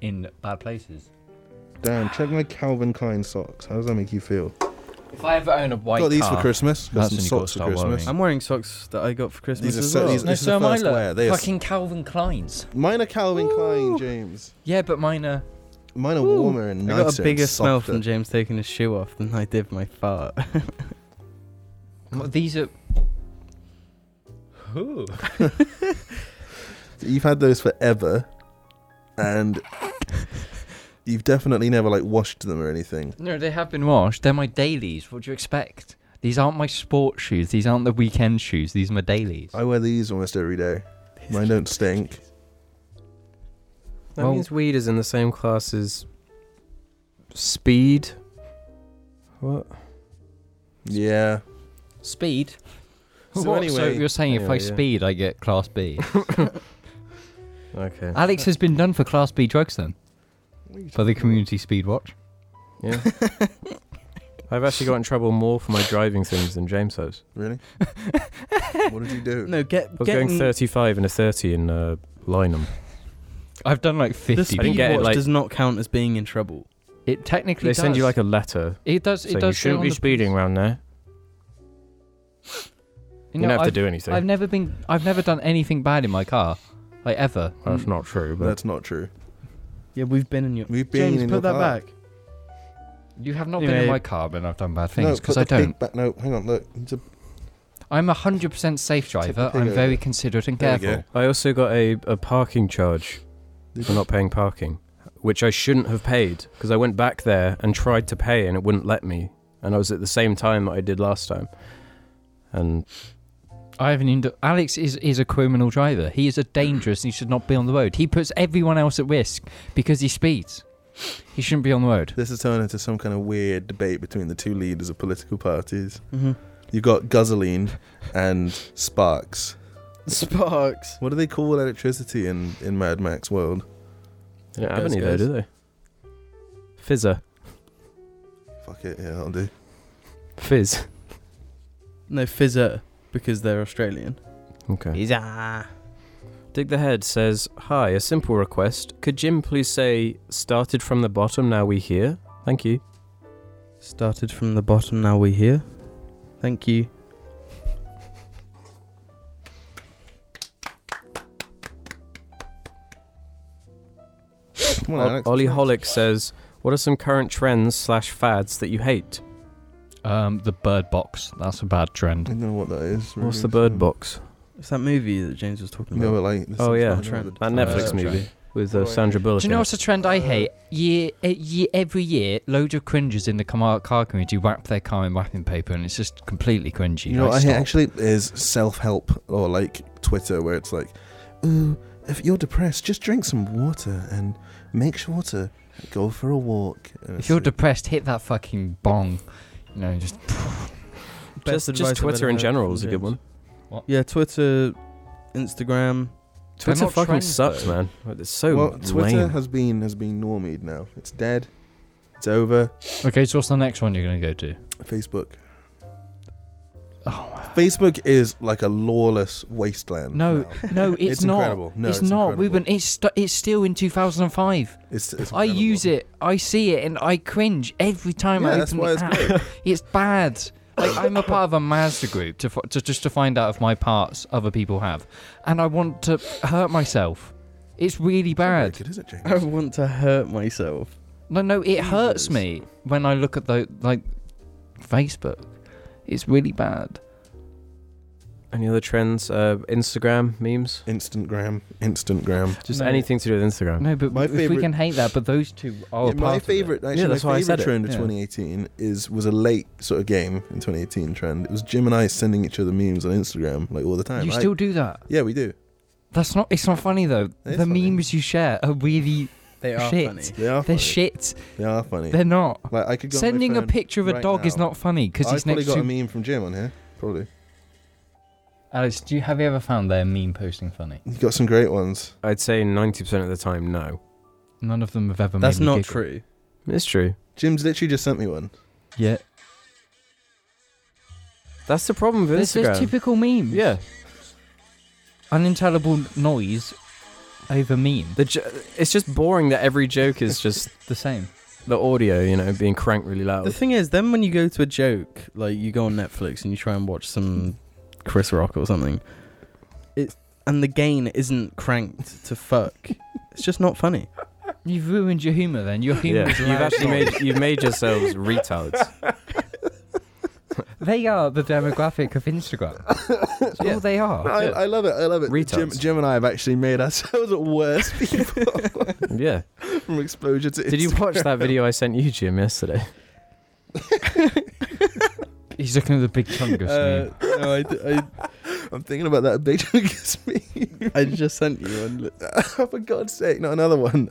[SPEAKER 3] In bad places.
[SPEAKER 2] Damn, check my Calvin Klein socks. How does that make you feel?
[SPEAKER 3] If I ever own a white
[SPEAKER 2] got these
[SPEAKER 3] car,
[SPEAKER 2] for Christmas.
[SPEAKER 3] That's
[SPEAKER 2] Got some
[SPEAKER 3] when you gotta
[SPEAKER 2] socks for
[SPEAKER 3] start
[SPEAKER 2] Christmas.
[SPEAKER 3] worrying.
[SPEAKER 4] I'm wearing socks that I got for Christmas
[SPEAKER 2] These are
[SPEAKER 4] as
[SPEAKER 2] so-
[SPEAKER 4] well.
[SPEAKER 2] these-
[SPEAKER 3] No,
[SPEAKER 2] This is
[SPEAKER 3] so
[SPEAKER 2] the
[SPEAKER 3] am I.
[SPEAKER 2] first
[SPEAKER 3] Look,
[SPEAKER 2] wear. They are s-
[SPEAKER 3] fucking Calvin Kleins.
[SPEAKER 2] Mine are Calvin Klein,
[SPEAKER 4] Ooh.
[SPEAKER 2] James.
[SPEAKER 3] Yeah, but mine are.
[SPEAKER 2] Mine are
[SPEAKER 4] Ooh.
[SPEAKER 2] warmer and
[SPEAKER 4] I
[SPEAKER 2] nicer.
[SPEAKER 4] got a bigger
[SPEAKER 2] and
[SPEAKER 4] smell
[SPEAKER 2] softer.
[SPEAKER 4] from James taking his shoe off than I did my fart.
[SPEAKER 3] God, These are. Ooh.
[SPEAKER 2] You've had those forever, and you've definitely never like washed them or anything.
[SPEAKER 3] No, they have been washed. They're my dailies. What do you expect? These aren't my sport shoes. These aren't the weekend shoes. These are my dailies.
[SPEAKER 2] I wear these almost every day. Mine don't stink.
[SPEAKER 1] That
[SPEAKER 3] Well-
[SPEAKER 1] means weed is in the same class as speed. What?
[SPEAKER 2] Yeah.
[SPEAKER 3] Speed.
[SPEAKER 2] So anyway-
[SPEAKER 3] you're saying if I
[SPEAKER 1] anyway, yeah.
[SPEAKER 3] speed, I get class B.
[SPEAKER 1] Okay.
[SPEAKER 3] Alex has been done for class B drugs then for the community speed watch.
[SPEAKER 1] Yeah. I've actually got in trouble more for my driving sins than James has.
[SPEAKER 2] Really? what did you do?
[SPEAKER 4] No, get
[SPEAKER 1] I was
[SPEAKER 4] getting
[SPEAKER 1] going 35 and a 30 in uh, Lynham.
[SPEAKER 3] I've done like
[SPEAKER 4] the
[SPEAKER 3] 50.
[SPEAKER 1] I didn't
[SPEAKER 4] speed
[SPEAKER 1] get it,
[SPEAKER 4] watch
[SPEAKER 1] like-
[SPEAKER 4] does not count as being in trouble.
[SPEAKER 3] It technically
[SPEAKER 1] They
[SPEAKER 3] does.
[SPEAKER 1] send you like a letter
[SPEAKER 3] It does. It
[SPEAKER 1] saying
[SPEAKER 3] does.
[SPEAKER 1] you
[SPEAKER 3] say
[SPEAKER 1] shouldn't
[SPEAKER 3] on
[SPEAKER 1] be
[SPEAKER 3] the-
[SPEAKER 1] speeding around there. You,
[SPEAKER 3] know,
[SPEAKER 1] don't have
[SPEAKER 3] I've,
[SPEAKER 1] to do anything.
[SPEAKER 3] I've never been. I've never done anything bad in my car, like ever. Mm.
[SPEAKER 1] That's not true, but
[SPEAKER 2] That's not true.
[SPEAKER 4] Yeah, we've been in your.
[SPEAKER 2] We've been
[SPEAKER 4] James,
[SPEAKER 2] in your
[SPEAKER 4] put that
[SPEAKER 2] car.
[SPEAKER 4] back.
[SPEAKER 3] You have not been
[SPEAKER 4] Anyway.
[SPEAKER 3] in my car when I've done bad
[SPEAKER 2] No,
[SPEAKER 3] things
[SPEAKER 2] put
[SPEAKER 3] because I
[SPEAKER 2] the pig
[SPEAKER 3] don't.
[SPEAKER 2] Back. No, hang on. Look, it's a,
[SPEAKER 3] I'm a hundred percent safe driver.
[SPEAKER 2] pig
[SPEAKER 3] I'm
[SPEAKER 2] over.
[SPEAKER 3] very considerate and
[SPEAKER 2] There you
[SPEAKER 3] careful.
[SPEAKER 1] I also got a, a parking charge for not paying parking, which I shouldn't have paid because I went back there and tried to pay and it wouldn't let me. And I was at the same time that I did last time. And
[SPEAKER 3] I haven't even. do- Alex is is a criminal driver. He is a dangerous. and He should not be on the road. He puts everyone else at risk because he speeds. He shouldn't be on the road.
[SPEAKER 2] this has turned into some kind of weird debate between the two leaders of political parties.
[SPEAKER 4] Mm-hmm.
[SPEAKER 2] You got gasoline and sparks.
[SPEAKER 4] Sparks.
[SPEAKER 2] What do they call electricity in in Mad Max world?
[SPEAKER 1] they don't have
[SPEAKER 2] Goes,
[SPEAKER 1] any there,
[SPEAKER 2] goes.
[SPEAKER 1] do they? Fizzer.
[SPEAKER 2] Fuck it. Yeah, that'll do.
[SPEAKER 1] Fizz.
[SPEAKER 4] No, Fizzer, because they're Australian.
[SPEAKER 1] Okay.
[SPEAKER 4] Fizzer.
[SPEAKER 1] Dig the Head says, Hi, a simple request. Could Jim please say, started from the bottom, now we here? Thank you.
[SPEAKER 4] Started from the bottom, now we're here. Thank you.
[SPEAKER 2] Come on,
[SPEAKER 1] Ol-
[SPEAKER 2] Alex.
[SPEAKER 1] Ollie Holick says, What are some current trends slash fads that you hate?
[SPEAKER 3] Um, the bird box. That's a bad
[SPEAKER 2] I
[SPEAKER 3] trend.
[SPEAKER 2] don't know what that is.
[SPEAKER 1] What's
[SPEAKER 2] really.
[SPEAKER 1] the bird box?
[SPEAKER 4] It's that movie that James was talking
[SPEAKER 2] You
[SPEAKER 4] about.
[SPEAKER 2] know what, like this
[SPEAKER 1] Oh,
[SPEAKER 2] is
[SPEAKER 1] yeah.
[SPEAKER 2] not another-
[SPEAKER 1] That Netflix
[SPEAKER 3] Uh,
[SPEAKER 1] movie with
[SPEAKER 2] Oh,
[SPEAKER 1] uh,
[SPEAKER 2] yeah.
[SPEAKER 1] Sandra Bullock.
[SPEAKER 3] Do you know
[SPEAKER 1] in
[SPEAKER 3] what's a trend I
[SPEAKER 2] Uh,
[SPEAKER 3] hate? Year, uh, year every year, loads of cringers in the car, car community wrap their car in wrapping paper, and it's just completely cringy.
[SPEAKER 2] You know what I
[SPEAKER 3] Like,
[SPEAKER 2] hate
[SPEAKER 3] stop.
[SPEAKER 2] actually is self help or like Twitter where it's like, ooh, if you're depressed, just drink some water and make sure to go for a walk. And
[SPEAKER 3] If
[SPEAKER 2] it's
[SPEAKER 3] you're
[SPEAKER 2] like-
[SPEAKER 3] depressed, hit that fucking bong. You know, just
[SPEAKER 1] it? Just, just Twitter in general is a good one.
[SPEAKER 4] Yeah, Twitter, Instagram.
[SPEAKER 3] They're
[SPEAKER 1] Twitter
[SPEAKER 3] not
[SPEAKER 1] fucking
[SPEAKER 3] trends,
[SPEAKER 1] sucks,
[SPEAKER 3] though.
[SPEAKER 1] man. Like, It's
[SPEAKER 3] oh,
[SPEAKER 1] so
[SPEAKER 2] well, Twitter
[SPEAKER 1] lame.
[SPEAKER 2] has been has been normied now. It's dead. It's over.
[SPEAKER 3] Okay, so what's the next one you're gonna go to?
[SPEAKER 2] Facebook.
[SPEAKER 3] Oh,
[SPEAKER 2] Facebook is like a lawless wasteland.
[SPEAKER 3] No,
[SPEAKER 2] now.
[SPEAKER 3] no, it's,
[SPEAKER 2] it's,
[SPEAKER 3] not.
[SPEAKER 2] incredible. No,
[SPEAKER 3] it's, not,
[SPEAKER 2] incredible.
[SPEAKER 3] Ruben. It's st- it's still in 2005.
[SPEAKER 2] It's, it's
[SPEAKER 3] I
[SPEAKER 2] incredible.
[SPEAKER 3] use it, I see it, and I cringe every time
[SPEAKER 2] Yeah,
[SPEAKER 3] I
[SPEAKER 2] that's
[SPEAKER 3] open
[SPEAKER 2] why
[SPEAKER 3] the
[SPEAKER 2] it's
[SPEAKER 3] app.
[SPEAKER 2] great.
[SPEAKER 3] It's bad. Like I'm a part of a master group to, f- to just to find out if my parts other people have, and I want to hurt myself. It's really
[SPEAKER 2] Not very
[SPEAKER 3] bad.
[SPEAKER 2] good, is it, James?
[SPEAKER 4] I want to hurt myself.
[SPEAKER 3] No, no, it hurts me when I look at the like Facebook. It's really bad.
[SPEAKER 1] Any other trends? Uh, Instagram
[SPEAKER 3] Oh.
[SPEAKER 1] memes?
[SPEAKER 2] Instantgram. Instantgram.
[SPEAKER 1] Just
[SPEAKER 3] No.
[SPEAKER 1] anything to do with Instagram.
[SPEAKER 3] No, but
[SPEAKER 2] My
[SPEAKER 3] if we
[SPEAKER 2] favorite-
[SPEAKER 3] can hate that, but those two are a Oh,
[SPEAKER 2] Yeah,
[SPEAKER 3] part
[SPEAKER 2] my
[SPEAKER 3] of it.
[SPEAKER 2] favorite, actually,
[SPEAKER 1] Yeah,
[SPEAKER 2] my
[SPEAKER 1] that's why I said
[SPEAKER 2] favorite
[SPEAKER 1] it.
[SPEAKER 2] trend of
[SPEAKER 3] Yeah.
[SPEAKER 2] 2018 is was a late sort of game in 2018 trend. It was Jim and I sending each other memes on Instagram like all the time.
[SPEAKER 3] You
[SPEAKER 2] I-
[SPEAKER 3] still do that.
[SPEAKER 2] yeah, we do.
[SPEAKER 3] That's not. It's not funny though.
[SPEAKER 2] It is
[SPEAKER 3] the
[SPEAKER 2] funny.
[SPEAKER 3] memes you share are really.
[SPEAKER 4] They are
[SPEAKER 3] Shit.
[SPEAKER 4] funny.
[SPEAKER 2] They are
[SPEAKER 3] They're
[SPEAKER 2] funny.
[SPEAKER 3] shit.
[SPEAKER 2] They are funny.
[SPEAKER 3] They're not.
[SPEAKER 2] like I could go on my
[SPEAKER 3] Sending a
[SPEAKER 2] phone
[SPEAKER 3] picture of a
[SPEAKER 2] right
[SPEAKER 3] dog is
[SPEAKER 2] now.
[SPEAKER 3] not funny because
[SPEAKER 2] I've
[SPEAKER 3] he's
[SPEAKER 2] probably
[SPEAKER 3] next
[SPEAKER 2] got
[SPEAKER 3] to.
[SPEAKER 2] a meme from Jim on here. Probably.
[SPEAKER 3] Alex, do you have you ever found their meme posting funny?
[SPEAKER 2] You got some great ones.
[SPEAKER 1] I'd say 90% of the time, no.
[SPEAKER 3] None of them have ever.
[SPEAKER 4] That's
[SPEAKER 3] made me
[SPEAKER 4] not
[SPEAKER 3] giggle.
[SPEAKER 4] true.
[SPEAKER 1] It's true.
[SPEAKER 2] Jim's literally just sent me one.
[SPEAKER 3] Yeah.
[SPEAKER 1] That's the problem with
[SPEAKER 3] There's
[SPEAKER 1] Instagram.
[SPEAKER 3] this typical meme.
[SPEAKER 1] yeah.
[SPEAKER 3] Unintelligible noise over meme.
[SPEAKER 1] The jo- it's just boring that every joke is just
[SPEAKER 3] The same.
[SPEAKER 1] the audio, you know, being cranked really
[SPEAKER 4] The
[SPEAKER 1] loud.
[SPEAKER 4] thing is, then when you go to a joke, like you go on Netflix and you try and watch some Chris Rock or something, it and the gain isn't cranked to fuck. it's just not funny.
[SPEAKER 3] You've ruined your humor. Then your humor.
[SPEAKER 1] Yeah.
[SPEAKER 3] is
[SPEAKER 1] You've
[SPEAKER 3] loud
[SPEAKER 1] actually
[SPEAKER 3] noise.
[SPEAKER 1] made you've made yourselves retards.
[SPEAKER 3] They are the demographic of Instagram. That's all they are.
[SPEAKER 2] I,
[SPEAKER 1] yeah.
[SPEAKER 2] I love it. I love it. Jim,
[SPEAKER 1] Retards.
[SPEAKER 2] Jim and I have actually made ourselves at worst
[SPEAKER 1] Yeah.
[SPEAKER 2] from exposure to.
[SPEAKER 1] Did you watch that video I sent you, Jim, yesterday?
[SPEAKER 3] He's looking at the big chungus
[SPEAKER 4] Uh,
[SPEAKER 3] meme.
[SPEAKER 4] no, I, d- I,
[SPEAKER 2] I'm thinking about that big against me.
[SPEAKER 4] I just sent you one.
[SPEAKER 2] oh, for God's sake, not another one,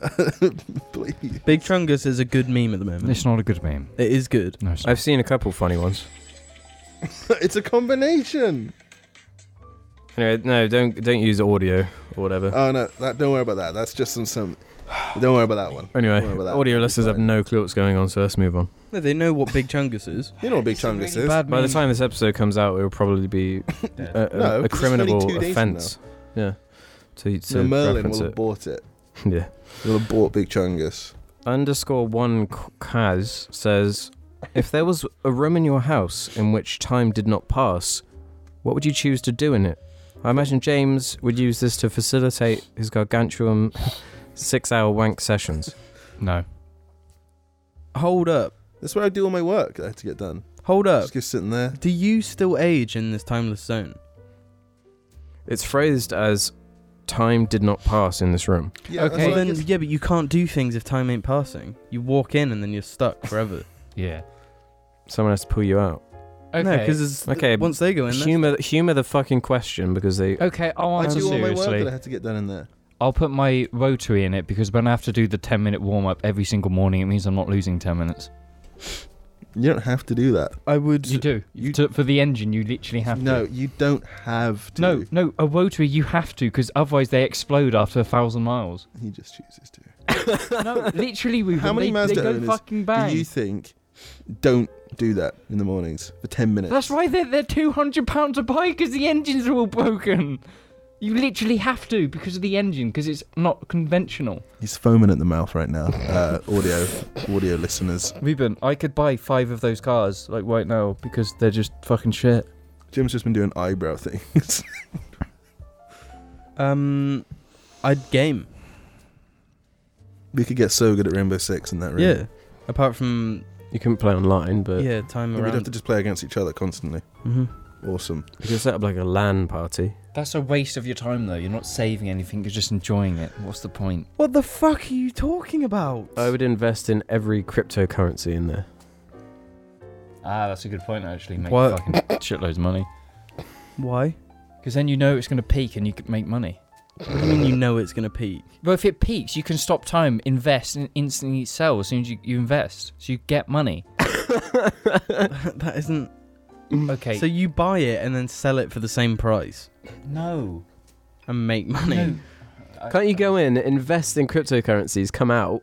[SPEAKER 2] please.
[SPEAKER 4] Big Trungus is a good meme at the moment.
[SPEAKER 3] It's not a good meme.
[SPEAKER 4] It is good.
[SPEAKER 3] No, it's not.
[SPEAKER 1] I've seen a couple funny ones.
[SPEAKER 2] it's a combination.
[SPEAKER 1] Anyway, no, don't don't use audio or whatever.
[SPEAKER 2] Oh no, that, don't worry about that. That's just some some Don't worry about that one.
[SPEAKER 1] Anyway,
[SPEAKER 2] Don't worry about that.
[SPEAKER 1] audio
[SPEAKER 2] It'll be
[SPEAKER 1] listeners have
[SPEAKER 2] fine.
[SPEAKER 1] no clue what's going on, so let's move on.
[SPEAKER 4] No, they know what Big Chungus is.
[SPEAKER 2] You know what big chungus is.
[SPEAKER 1] By the time this episode comes out, it will probably be a, a,
[SPEAKER 2] No,
[SPEAKER 1] a
[SPEAKER 2] it's only
[SPEAKER 1] criminal
[SPEAKER 2] two days from
[SPEAKER 1] offence. Yeah. To, to
[SPEAKER 2] No, Merlin
[SPEAKER 1] reference
[SPEAKER 2] will have
[SPEAKER 1] it.
[SPEAKER 2] bought it.
[SPEAKER 1] Yeah.
[SPEAKER 2] He'll have bought Big Chungus.
[SPEAKER 1] underscore one K- Kaz says, if there was a room in your house in which time did not pass, what would you choose to do in it? I imagine James would use this to facilitate his gargantuan six-hour wank sessions.
[SPEAKER 3] No.
[SPEAKER 4] Hold up.
[SPEAKER 2] That's where I do all my work that I have to get done.
[SPEAKER 4] Hold up.
[SPEAKER 2] Just, just sitting there.
[SPEAKER 4] Do you still age in this timeless zone?
[SPEAKER 1] It's phrased as time did not pass in this room.
[SPEAKER 2] Yeah, that's
[SPEAKER 3] Okay.
[SPEAKER 2] what I
[SPEAKER 4] Well, then,
[SPEAKER 2] guess.
[SPEAKER 4] yeah, but you can't do things if time ain't passing. You walk in and then you're stuck forever.
[SPEAKER 3] Yeah.
[SPEAKER 1] Someone has to pull you out.
[SPEAKER 3] Okay.
[SPEAKER 4] No, because
[SPEAKER 1] Okay,
[SPEAKER 4] once they go in, that's-
[SPEAKER 1] Humor, humor the fucking question because they.
[SPEAKER 3] okay. I'll
[SPEAKER 2] I
[SPEAKER 3] answer
[SPEAKER 2] do all my work that I
[SPEAKER 3] seriously.
[SPEAKER 2] had to get done in there.
[SPEAKER 3] I'll put my rotary in it because when I have to do the 10 minute warm up every single morning, it means I'm not losing 10 minutes.
[SPEAKER 2] You don't have to do that.
[SPEAKER 4] I would.
[SPEAKER 3] You do.
[SPEAKER 2] You-
[SPEAKER 3] To- for the engine, you literally have
[SPEAKER 2] no,
[SPEAKER 3] to.
[SPEAKER 2] you don't have to.
[SPEAKER 3] No, no, a rotary you have to because otherwise they explode after a thousand miles.
[SPEAKER 2] He just chooses to.
[SPEAKER 3] no, literally, we
[SPEAKER 2] How many
[SPEAKER 3] they, they
[SPEAKER 2] Mazda
[SPEAKER 3] go
[SPEAKER 2] owners
[SPEAKER 3] fucking bang.
[SPEAKER 2] Do you think don't do that in the mornings for 10 minutes?
[SPEAKER 3] That's why they're, they're 200 pounds a pie because the engines are all broken. You literally have to because of the engine because it's not conventional.
[SPEAKER 2] He's foaming at the mouth right now. Uh, audio audio listeners.
[SPEAKER 3] Ruben, I could buy five of those cars like right now because they're just fucking shit.
[SPEAKER 2] Jim's just been doing eyebrow things.
[SPEAKER 4] Um, I'd game.
[SPEAKER 2] we could get so good at Rainbow Six in that room.
[SPEAKER 4] Yeah. Apart from
[SPEAKER 1] You couldn't play online, but
[SPEAKER 4] yeah, time
[SPEAKER 2] We'd have
[SPEAKER 4] around.
[SPEAKER 2] to just play against each other constantly.
[SPEAKER 4] Mhm.
[SPEAKER 2] Awesome.
[SPEAKER 1] you could set up like a LAN party.
[SPEAKER 3] That's a waste of your time though. You're not saving anything, you're just enjoying it. What's the point?
[SPEAKER 4] What the fuck are you talking about?
[SPEAKER 1] I would invest in every cryptocurrency in there.
[SPEAKER 3] Ah, that's a good point actually. Make
[SPEAKER 4] What?
[SPEAKER 3] fucking shitloads of money.
[SPEAKER 4] Why?
[SPEAKER 3] Because then you know it's going to peak and you can make money.
[SPEAKER 4] What do you mean you know it's gonna peak?
[SPEAKER 3] But if it peaks, you can stop time, invest, and instantly sell as soon as you, you invest. So you get money.
[SPEAKER 4] that isn't.
[SPEAKER 2] Mm.
[SPEAKER 3] Okay.
[SPEAKER 4] So you buy it and then sell it for the same price
[SPEAKER 3] no.
[SPEAKER 4] and make money.
[SPEAKER 1] Can't you go in, invest in cryptocurrencies, come out,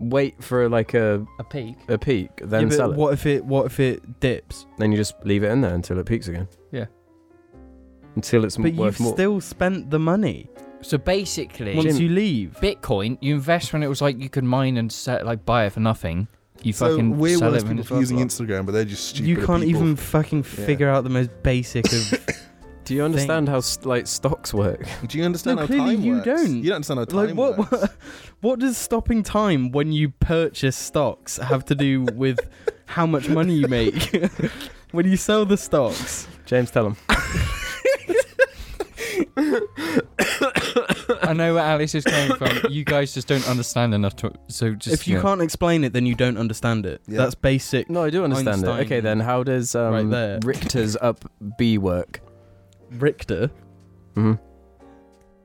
[SPEAKER 1] wait for like a,
[SPEAKER 3] a peak?
[SPEAKER 1] a peak,
[SPEAKER 4] Yeah,
[SPEAKER 1] then
[SPEAKER 4] but
[SPEAKER 1] sell it?
[SPEAKER 4] what if it? What if it dips?
[SPEAKER 1] Then you just leave it in there until it peaks again.
[SPEAKER 3] Yeah.
[SPEAKER 1] Until it's m-
[SPEAKER 4] But you've
[SPEAKER 1] worth more.
[SPEAKER 4] still spent the money
[SPEAKER 3] So basically,
[SPEAKER 4] once
[SPEAKER 1] Jim-
[SPEAKER 4] you leave.
[SPEAKER 3] Bitcoin, you invest when it was like you could mine and set, like buy it for nothing. You
[SPEAKER 2] so
[SPEAKER 3] fucking
[SPEAKER 2] we're
[SPEAKER 3] sell
[SPEAKER 2] worse
[SPEAKER 3] it when
[SPEAKER 2] people
[SPEAKER 3] it's
[SPEAKER 2] for using Instagram, but they're just stupid.
[SPEAKER 4] You can't even fucking
[SPEAKER 2] Yeah.
[SPEAKER 4] figure out the most basic of.
[SPEAKER 1] Do you understand how s- like stocks work?
[SPEAKER 2] Do you understand
[SPEAKER 4] No,
[SPEAKER 2] how
[SPEAKER 4] clearly
[SPEAKER 2] time
[SPEAKER 4] you
[SPEAKER 2] works?
[SPEAKER 4] don't.
[SPEAKER 2] You don't understand how time
[SPEAKER 4] like what,
[SPEAKER 2] works.
[SPEAKER 4] what? What does stopping time when you purchase stocks have to do with how much money you make when you sell the stocks?
[SPEAKER 1] James, tell him.
[SPEAKER 3] I know where Alice is coming from. You guys just don't understand enough to. So just
[SPEAKER 4] if you can't explain it, then you don't understand it.
[SPEAKER 2] Yeah.
[SPEAKER 4] That's basic.
[SPEAKER 1] No, I do understand
[SPEAKER 4] Einstein.
[SPEAKER 1] it. Okay, then how does um,
[SPEAKER 4] Right there.
[SPEAKER 1] Richter's up B work?
[SPEAKER 4] Richter,
[SPEAKER 1] hmm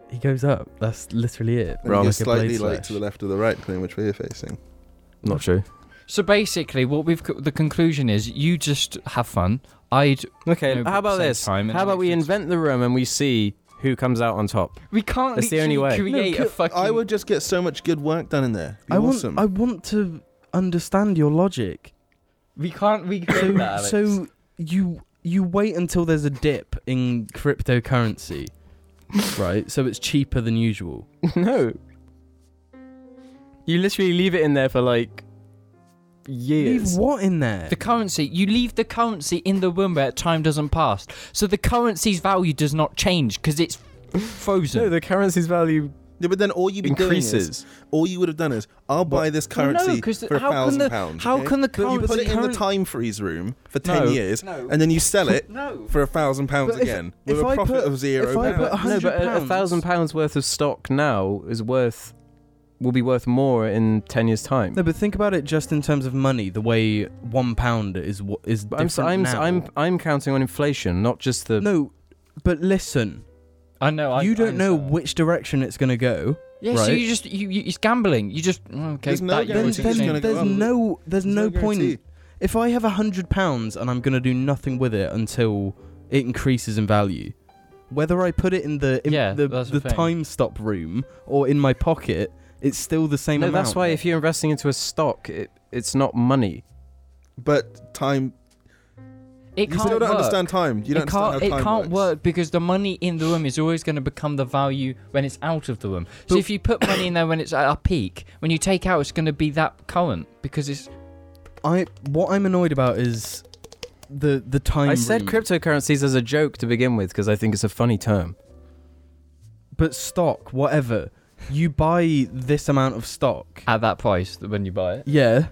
[SPEAKER 4] he goes up. That's literally it.
[SPEAKER 2] And you
[SPEAKER 1] Wrong.
[SPEAKER 2] go
[SPEAKER 4] Like a
[SPEAKER 2] slightly
[SPEAKER 4] blade
[SPEAKER 2] like
[SPEAKER 4] slash.
[SPEAKER 2] to the left or the right, depending which way you're facing.
[SPEAKER 1] Not true.
[SPEAKER 3] So basically, what we've co- the conclusion is you just have fun. I'd
[SPEAKER 1] Okay,
[SPEAKER 3] No, but
[SPEAKER 1] how about
[SPEAKER 3] same
[SPEAKER 1] this?
[SPEAKER 3] time, it
[SPEAKER 1] how about we
[SPEAKER 3] makes sense.
[SPEAKER 1] invent the room and we see who comes out on top?
[SPEAKER 3] we can't
[SPEAKER 1] That's the only
[SPEAKER 3] literally
[SPEAKER 1] way.
[SPEAKER 3] create a fucking.
[SPEAKER 2] I would just get so much good work done in there. Be
[SPEAKER 4] I want.
[SPEAKER 2] awesome.
[SPEAKER 4] I want to understand your logic.
[SPEAKER 3] We can't recreate that. Alex.
[SPEAKER 4] So you you wait until there's a dip in cryptocurrency, right? So it's cheaper than usual.
[SPEAKER 1] no. You literally leave it in there for like years.
[SPEAKER 4] Leave what in there?
[SPEAKER 3] The currency, you leave the currency in the room where time doesn't pass. So the currency's value does not change because it's frozen.
[SPEAKER 1] No, the currency's value
[SPEAKER 2] yeah, but then all you'd be doing is
[SPEAKER 1] increases.
[SPEAKER 2] all you would have done is I'll buy this currency
[SPEAKER 3] no, 'cause the-
[SPEAKER 2] for a
[SPEAKER 3] how can
[SPEAKER 2] thousand
[SPEAKER 3] the-
[SPEAKER 2] pounds.
[SPEAKER 3] how
[SPEAKER 2] okay?
[SPEAKER 3] can the
[SPEAKER 2] But you put
[SPEAKER 3] currency-
[SPEAKER 2] it in the
[SPEAKER 3] current-
[SPEAKER 2] time freeze room for ten
[SPEAKER 1] No.
[SPEAKER 2] years,
[SPEAKER 3] No.
[SPEAKER 2] and then you sell it
[SPEAKER 3] no.
[SPEAKER 2] for a thousand pounds
[SPEAKER 4] But if-
[SPEAKER 2] again
[SPEAKER 4] if
[SPEAKER 2] with a
[SPEAKER 4] I
[SPEAKER 2] profit
[SPEAKER 4] put-
[SPEAKER 2] of zero.
[SPEAKER 4] if I put
[SPEAKER 2] pounds.
[SPEAKER 4] a
[SPEAKER 1] No,
[SPEAKER 4] hundred
[SPEAKER 1] but a, a
[SPEAKER 4] pounds.
[SPEAKER 1] thousand pounds worth of stock now is worth will be worth more in ten years' time.
[SPEAKER 4] No, but think about it just in terms of money. The way one pound is what is
[SPEAKER 1] but I'm s-
[SPEAKER 4] different
[SPEAKER 1] I'm s-
[SPEAKER 4] now.
[SPEAKER 1] I'm I'm counting on inflation, not just the.
[SPEAKER 4] no, but listen,
[SPEAKER 3] I know. I,
[SPEAKER 4] you
[SPEAKER 3] I
[SPEAKER 4] don't know
[SPEAKER 3] understand.
[SPEAKER 4] which direction it's going to go.
[SPEAKER 3] Yeah. So
[SPEAKER 4] right?
[SPEAKER 3] you just you, you it's gambling. You just mm, okay.
[SPEAKER 2] There's no
[SPEAKER 3] that you
[SPEAKER 4] Then,
[SPEAKER 2] guarantee
[SPEAKER 3] always
[SPEAKER 2] it's
[SPEAKER 4] then
[SPEAKER 2] gonna
[SPEAKER 3] change.
[SPEAKER 2] go
[SPEAKER 4] there's
[SPEAKER 2] up.
[SPEAKER 4] no there's no,
[SPEAKER 2] guarantee.
[SPEAKER 4] point. If I have a hundred pounds and I'm going to do nothing with it until it increases in value, whether I put it in the in
[SPEAKER 3] Yeah,
[SPEAKER 4] the,
[SPEAKER 3] that's
[SPEAKER 4] the
[SPEAKER 3] the thing.
[SPEAKER 4] time stop room or in my pocket, It's still the same
[SPEAKER 1] no,
[SPEAKER 4] amount.
[SPEAKER 1] that's why if you're investing into a stock, it, it's not money.
[SPEAKER 2] But time.
[SPEAKER 3] It
[SPEAKER 2] you
[SPEAKER 3] can't
[SPEAKER 2] still don't
[SPEAKER 3] work.
[SPEAKER 2] understand time. You don't
[SPEAKER 3] it can't,
[SPEAKER 2] understand how
[SPEAKER 3] it
[SPEAKER 2] time
[SPEAKER 3] can't
[SPEAKER 2] works.
[SPEAKER 3] work because the money in the room is always going to become the value when it's out of the room. So
[SPEAKER 4] But-
[SPEAKER 3] if you put money in there when it's at a peak, when you take out, it's going to be that current because it's
[SPEAKER 4] I what I'm annoyed about is the the time.
[SPEAKER 1] I said
[SPEAKER 4] read.
[SPEAKER 1] cryptocurrencies as a joke to begin with because I think it's a funny term.
[SPEAKER 4] but stock, whatever. You buy this amount of stock.
[SPEAKER 3] at that price that when you buy it.
[SPEAKER 4] Yeah.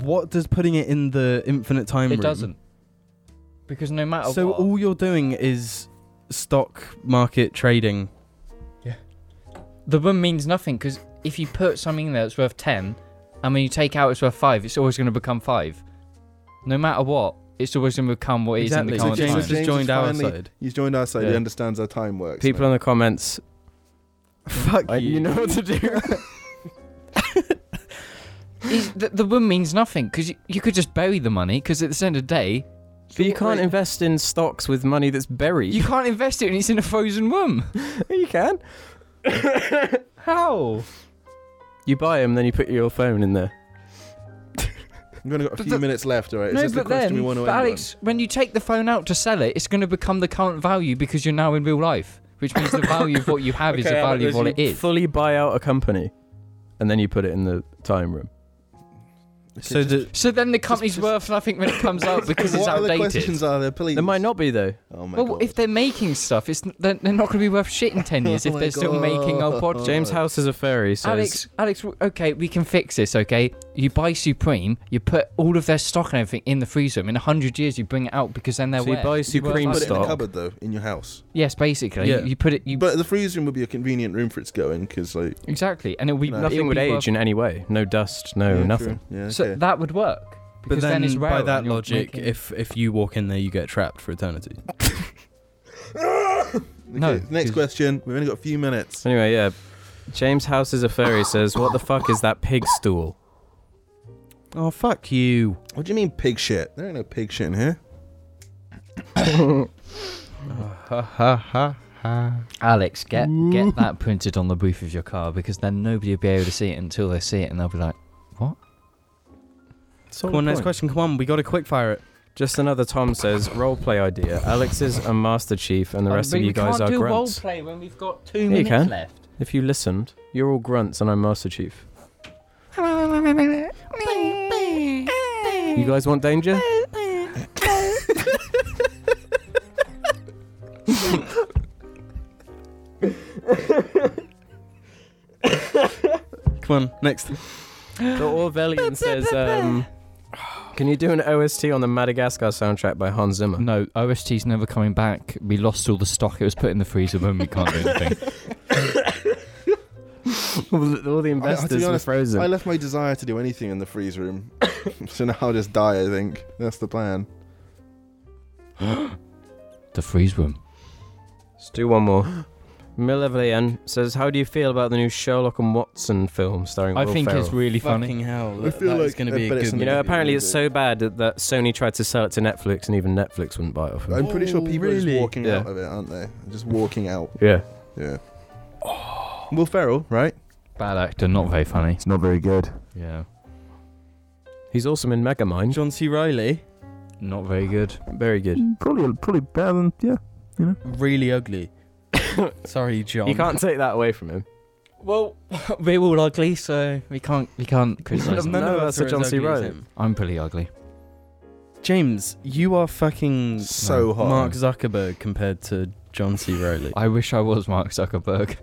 [SPEAKER 4] What does putting it in the infinite time
[SPEAKER 3] It
[SPEAKER 4] room-
[SPEAKER 3] doesn't because no matter
[SPEAKER 4] So
[SPEAKER 3] what,
[SPEAKER 4] all you're doing is stock market trading.
[SPEAKER 3] the room means nothing because if you put something in there that's worth ten, and when you take out it's worth five, it's always going to become five. No matter what, it's always going to become what it is in
[SPEAKER 4] exactly.
[SPEAKER 3] the
[SPEAKER 4] So
[SPEAKER 3] current
[SPEAKER 4] James
[SPEAKER 3] time.
[SPEAKER 4] has
[SPEAKER 2] James
[SPEAKER 4] just
[SPEAKER 2] is
[SPEAKER 4] joined our
[SPEAKER 2] finally-
[SPEAKER 4] side.
[SPEAKER 2] He's joined our side.
[SPEAKER 1] Yeah.
[SPEAKER 2] He understands how time works.
[SPEAKER 1] People
[SPEAKER 2] now.
[SPEAKER 1] in the comments,
[SPEAKER 4] Fuck
[SPEAKER 1] I-
[SPEAKER 4] you.
[SPEAKER 1] you know what to do.
[SPEAKER 3] is the, the win means nothing because you, you could just bury the money because at the end of the day
[SPEAKER 1] but you can't invest in stocks with money that's buried.
[SPEAKER 3] you can't invest it and it's in a frozen room.
[SPEAKER 1] you can.
[SPEAKER 3] How?
[SPEAKER 1] You buy them, then you put your phone in there.
[SPEAKER 2] We've only got a
[SPEAKER 3] But
[SPEAKER 2] few
[SPEAKER 3] the-
[SPEAKER 2] minutes left, all right?
[SPEAKER 3] no,
[SPEAKER 2] Is this the
[SPEAKER 3] but
[SPEAKER 2] question
[SPEAKER 3] then,
[SPEAKER 2] we want to
[SPEAKER 3] but
[SPEAKER 2] end on?
[SPEAKER 3] Alex, when you take the phone out to sell it, it's going to become the current value because you're now in real life, which means the value of what you have is the
[SPEAKER 2] Okay, Alex,
[SPEAKER 3] value of what
[SPEAKER 1] You
[SPEAKER 3] it is.
[SPEAKER 1] Fully buy out a company, and then you put it in the time room.
[SPEAKER 4] So the
[SPEAKER 3] so then the company's
[SPEAKER 2] just-
[SPEAKER 3] worth nothing when it comes out because it's
[SPEAKER 2] what other
[SPEAKER 3] outdated.
[SPEAKER 2] questions are there, please?
[SPEAKER 1] There might not be though.
[SPEAKER 2] Oh my
[SPEAKER 3] Well,
[SPEAKER 2] god.
[SPEAKER 3] if they're making stuff, it's n- they're, they're not going to be worth shit in ten years
[SPEAKER 2] Oh
[SPEAKER 3] if
[SPEAKER 2] my
[SPEAKER 3] they're still making our
[SPEAKER 2] God.
[SPEAKER 3] podcast.
[SPEAKER 1] James House is a fairy, so
[SPEAKER 3] Alex, Alex, w- okay, we can fix this, okay? You buy Supreme, you put all of their stock and everything in the freezer. In 100 years, you bring it out because then they're
[SPEAKER 1] So you
[SPEAKER 3] worth-
[SPEAKER 1] buy
[SPEAKER 3] worth
[SPEAKER 1] Supreme
[SPEAKER 2] Put
[SPEAKER 3] money.
[SPEAKER 2] it in
[SPEAKER 1] stock.
[SPEAKER 2] a cupboard though, in your house.
[SPEAKER 3] Yes, basically.
[SPEAKER 4] Yeah.
[SPEAKER 3] You put it, you,
[SPEAKER 2] But the freeze room would be a convenient room for it to go in because like
[SPEAKER 3] exactly. And it would be,
[SPEAKER 2] No.
[SPEAKER 3] it
[SPEAKER 1] nothing would
[SPEAKER 3] be
[SPEAKER 1] age
[SPEAKER 3] worth-
[SPEAKER 1] in any way. No dust, no
[SPEAKER 2] Yeah,
[SPEAKER 1] nothing.
[SPEAKER 2] true. Yeah.
[SPEAKER 3] So
[SPEAKER 2] okay.
[SPEAKER 3] that would work.
[SPEAKER 4] but
[SPEAKER 3] Because
[SPEAKER 4] then
[SPEAKER 3] then it's rare
[SPEAKER 4] by
[SPEAKER 3] and
[SPEAKER 4] that
[SPEAKER 3] you're
[SPEAKER 4] logic,
[SPEAKER 3] making-
[SPEAKER 4] if if you walk in there, you get trapped for eternity.
[SPEAKER 3] No,
[SPEAKER 2] Okay, Next
[SPEAKER 3] because-
[SPEAKER 2] question. We've only got a few minutes.
[SPEAKER 1] So anyway, yeah. James House is a fairy says, "What the fuck is that pig stool?"
[SPEAKER 4] Oh fuck you.
[SPEAKER 2] What do you mean pig shit? There ain't no pig shit in here.
[SPEAKER 4] Ha ha ha ha.
[SPEAKER 3] Alex, get get that printed on the roof of your car because then nobody will be able to see it until they see it and they'll be like,
[SPEAKER 4] Come on, next question. Come on, we got to quick fire it.
[SPEAKER 1] Just another Tom says, "Roleplay idea. Alex is a master chief, and the rest
[SPEAKER 3] Um, But
[SPEAKER 1] of
[SPEAKER 3] we
[SPEAKER 1] you guys
[SPEAKER 3] can't
[SPEAKER 1] are
[SPEAKER 3] do
[SPEAKER 1] grunts.
[SPEAKER 3] roleplay when we've got two
[SPEAKER 1] you
[SPEAKER 3] minutes
[SPEAKER 1] can.
[SPEAKER 3] left.
[SPEAKER 1] If you listened, you're all grunts, and I'm master chief. You guys want danger?
[SPEAKER 4] Come on, next.
[SPEAKER 1] The Orwellian says, um, "Can you do an OST on the Madagascar soundtrack by Hans Zimmer?"
[SPEAKER 3] No, OST's never coming back. We lost all the stock. It was put in the freezer when we can't do anything.
[SPEAKER 1] all, the, all the
[SPEAKER 2] be
[SPEAKER 1] investors were
[SPEAKER 2] honest,
[SPEAKER 1] frozen.
[SPEAKER 2] I left my desire to do anything in the freeze room, so now I'll just die. I think that's the plan.
[SPEAKER 3] the freeze room.
[SPEAKER 1] Let's do one more. Millevlian says, "How do you feel about the new Sherlock and Watson film starring
[SPEAKER 3] I
[SPEAKER 1] Will
[SPEAKER 3] think
[SPEAKER 1] Ferrell?
[SPEAKER 3] it's really funny.
[SPEAKER 4] Fucking hell.
[SPEAKER 2] I
[SPEAKER 4] That,
[SPEAKER 2] feel like-
[SPEAKER 4] that's going
[SPEAKER 2] I
[SPEAKER 4] to be a
[SPEAKER 2] bet it's
[SPEAKER 4] good
[SPEAKER 2] an-
[SPEAKER 1] you
[SPEAKER 4] one.
[SPEAKER 1] know,
[SPEAKER 2] Yeah.
[SPEAKER 1] apparently it's so bad that, that Sony tried to sell it to Netflix, and even Netflix wouldn't buy it off them.
[SPEAKER 2] I'm pretty sure
[SPEAKER 4] Oh,
[SPEAKER 2] people are
[SPEAKER 4] really?
[SPEAKER 2] just walking
[SPEAKER 1] Yeah.
[SPEAKER 2] out of it, aren't they? Just walking out.
[SPEAKER 1] Yeah,
[SPEAKER 2] Yeah. Will Ferrell, right?
[SPEAKER 3] Bad actor, not very funny.
[SPEAKER 2] It's not very good.
[SPEAKER 3] Yeah.
[SPEAKER 1] he's awesome in Megamind.
[SPEAKER 4] John C. Riley,
[SPEAKER 3] Not very good.
[SPEAKER 1] Very good.
[SPEAKER 2] Probably, probably better than yeah.
[SPEAKER 4] really ugly. Sorry, John.
[SPEAKER 1] You can't take that away from him.
[SPEAKER 3] Well, we're all ugly, so we can't we can't
[SPEAKER 1] criticize
[SPEAKER 3] criticize.
[SPEAKER 1] them. No, that's a
[SPEAKER 4] are as
[SPEAKER 1] John C.
[SPEAKER 4] ugly as
[SPEAKER 1] Reilly.
[SPEAKER 4] him.
[SPEAKER 3] I'm pretty ugly.
[SPEAKER 4] James, you are fucking
[SPEAKER 2] So hot.
[SPEAKER 4] Mark Zuckerberg compared to John C. Riley.
[SPEAKER 3] I wish I was Mark Zuckerberg.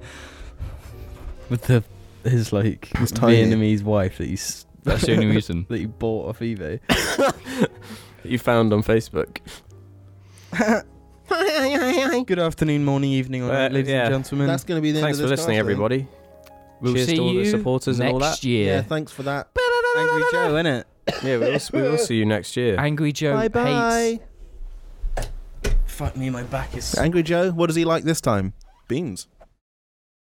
[SPEAKER 4] With the his like
[SPEAKER 2] was tiny.
[SPEAKER 4] Vietnamese wife that he s-
[SPEAKER 3] That's the only reason.
[SPEAKER 4] that he bought off eBay.
[SPEAKER 1] You found on Facebook.
[SPEAKER 4] good afternoon, morning, evening, or night,
[SPEAKER 1] Uh,
[SPEAKER 4] ladies
[SPEAKER 1] yeah.
[SPEAKER 4] and gentlemen.
[SPEAKER 2] That's going to be the
[SPEAKER 1] Thanks for
[SPEAKER 2] end of this
[SPEAKER 1] listening,
[SPEAKER 2] cast, I think.
[SPEAKER 1] everybody.
[SPEAKER 3] We'll
[SPEAKER 1] Cheers
[SPEAKER 3] see
[SPEAKER 1] to all
[SPEAKER 3] you
[SPEAKER 1] the supporters
[SPEAKER 3] next
[SPEAKER 1] and all that.
[SPEAKER 3] year.
[SPEAKER 2] Yeah, thanks for that.
[SPEAKER 4] Angry Joe, innit?
[SPEAKER 1] Yeah, we will, s- we will see you next year.
[SPEAKER 3] Angry Joe
[SPEAKER 2] Bye
[SPEAKER 3] hates
[SPEAKER 2] bye.
[SPEAKER 4] Fuck me, my back is.
[SPEAKER 2] Angry Joe, what does he like this time? Beans.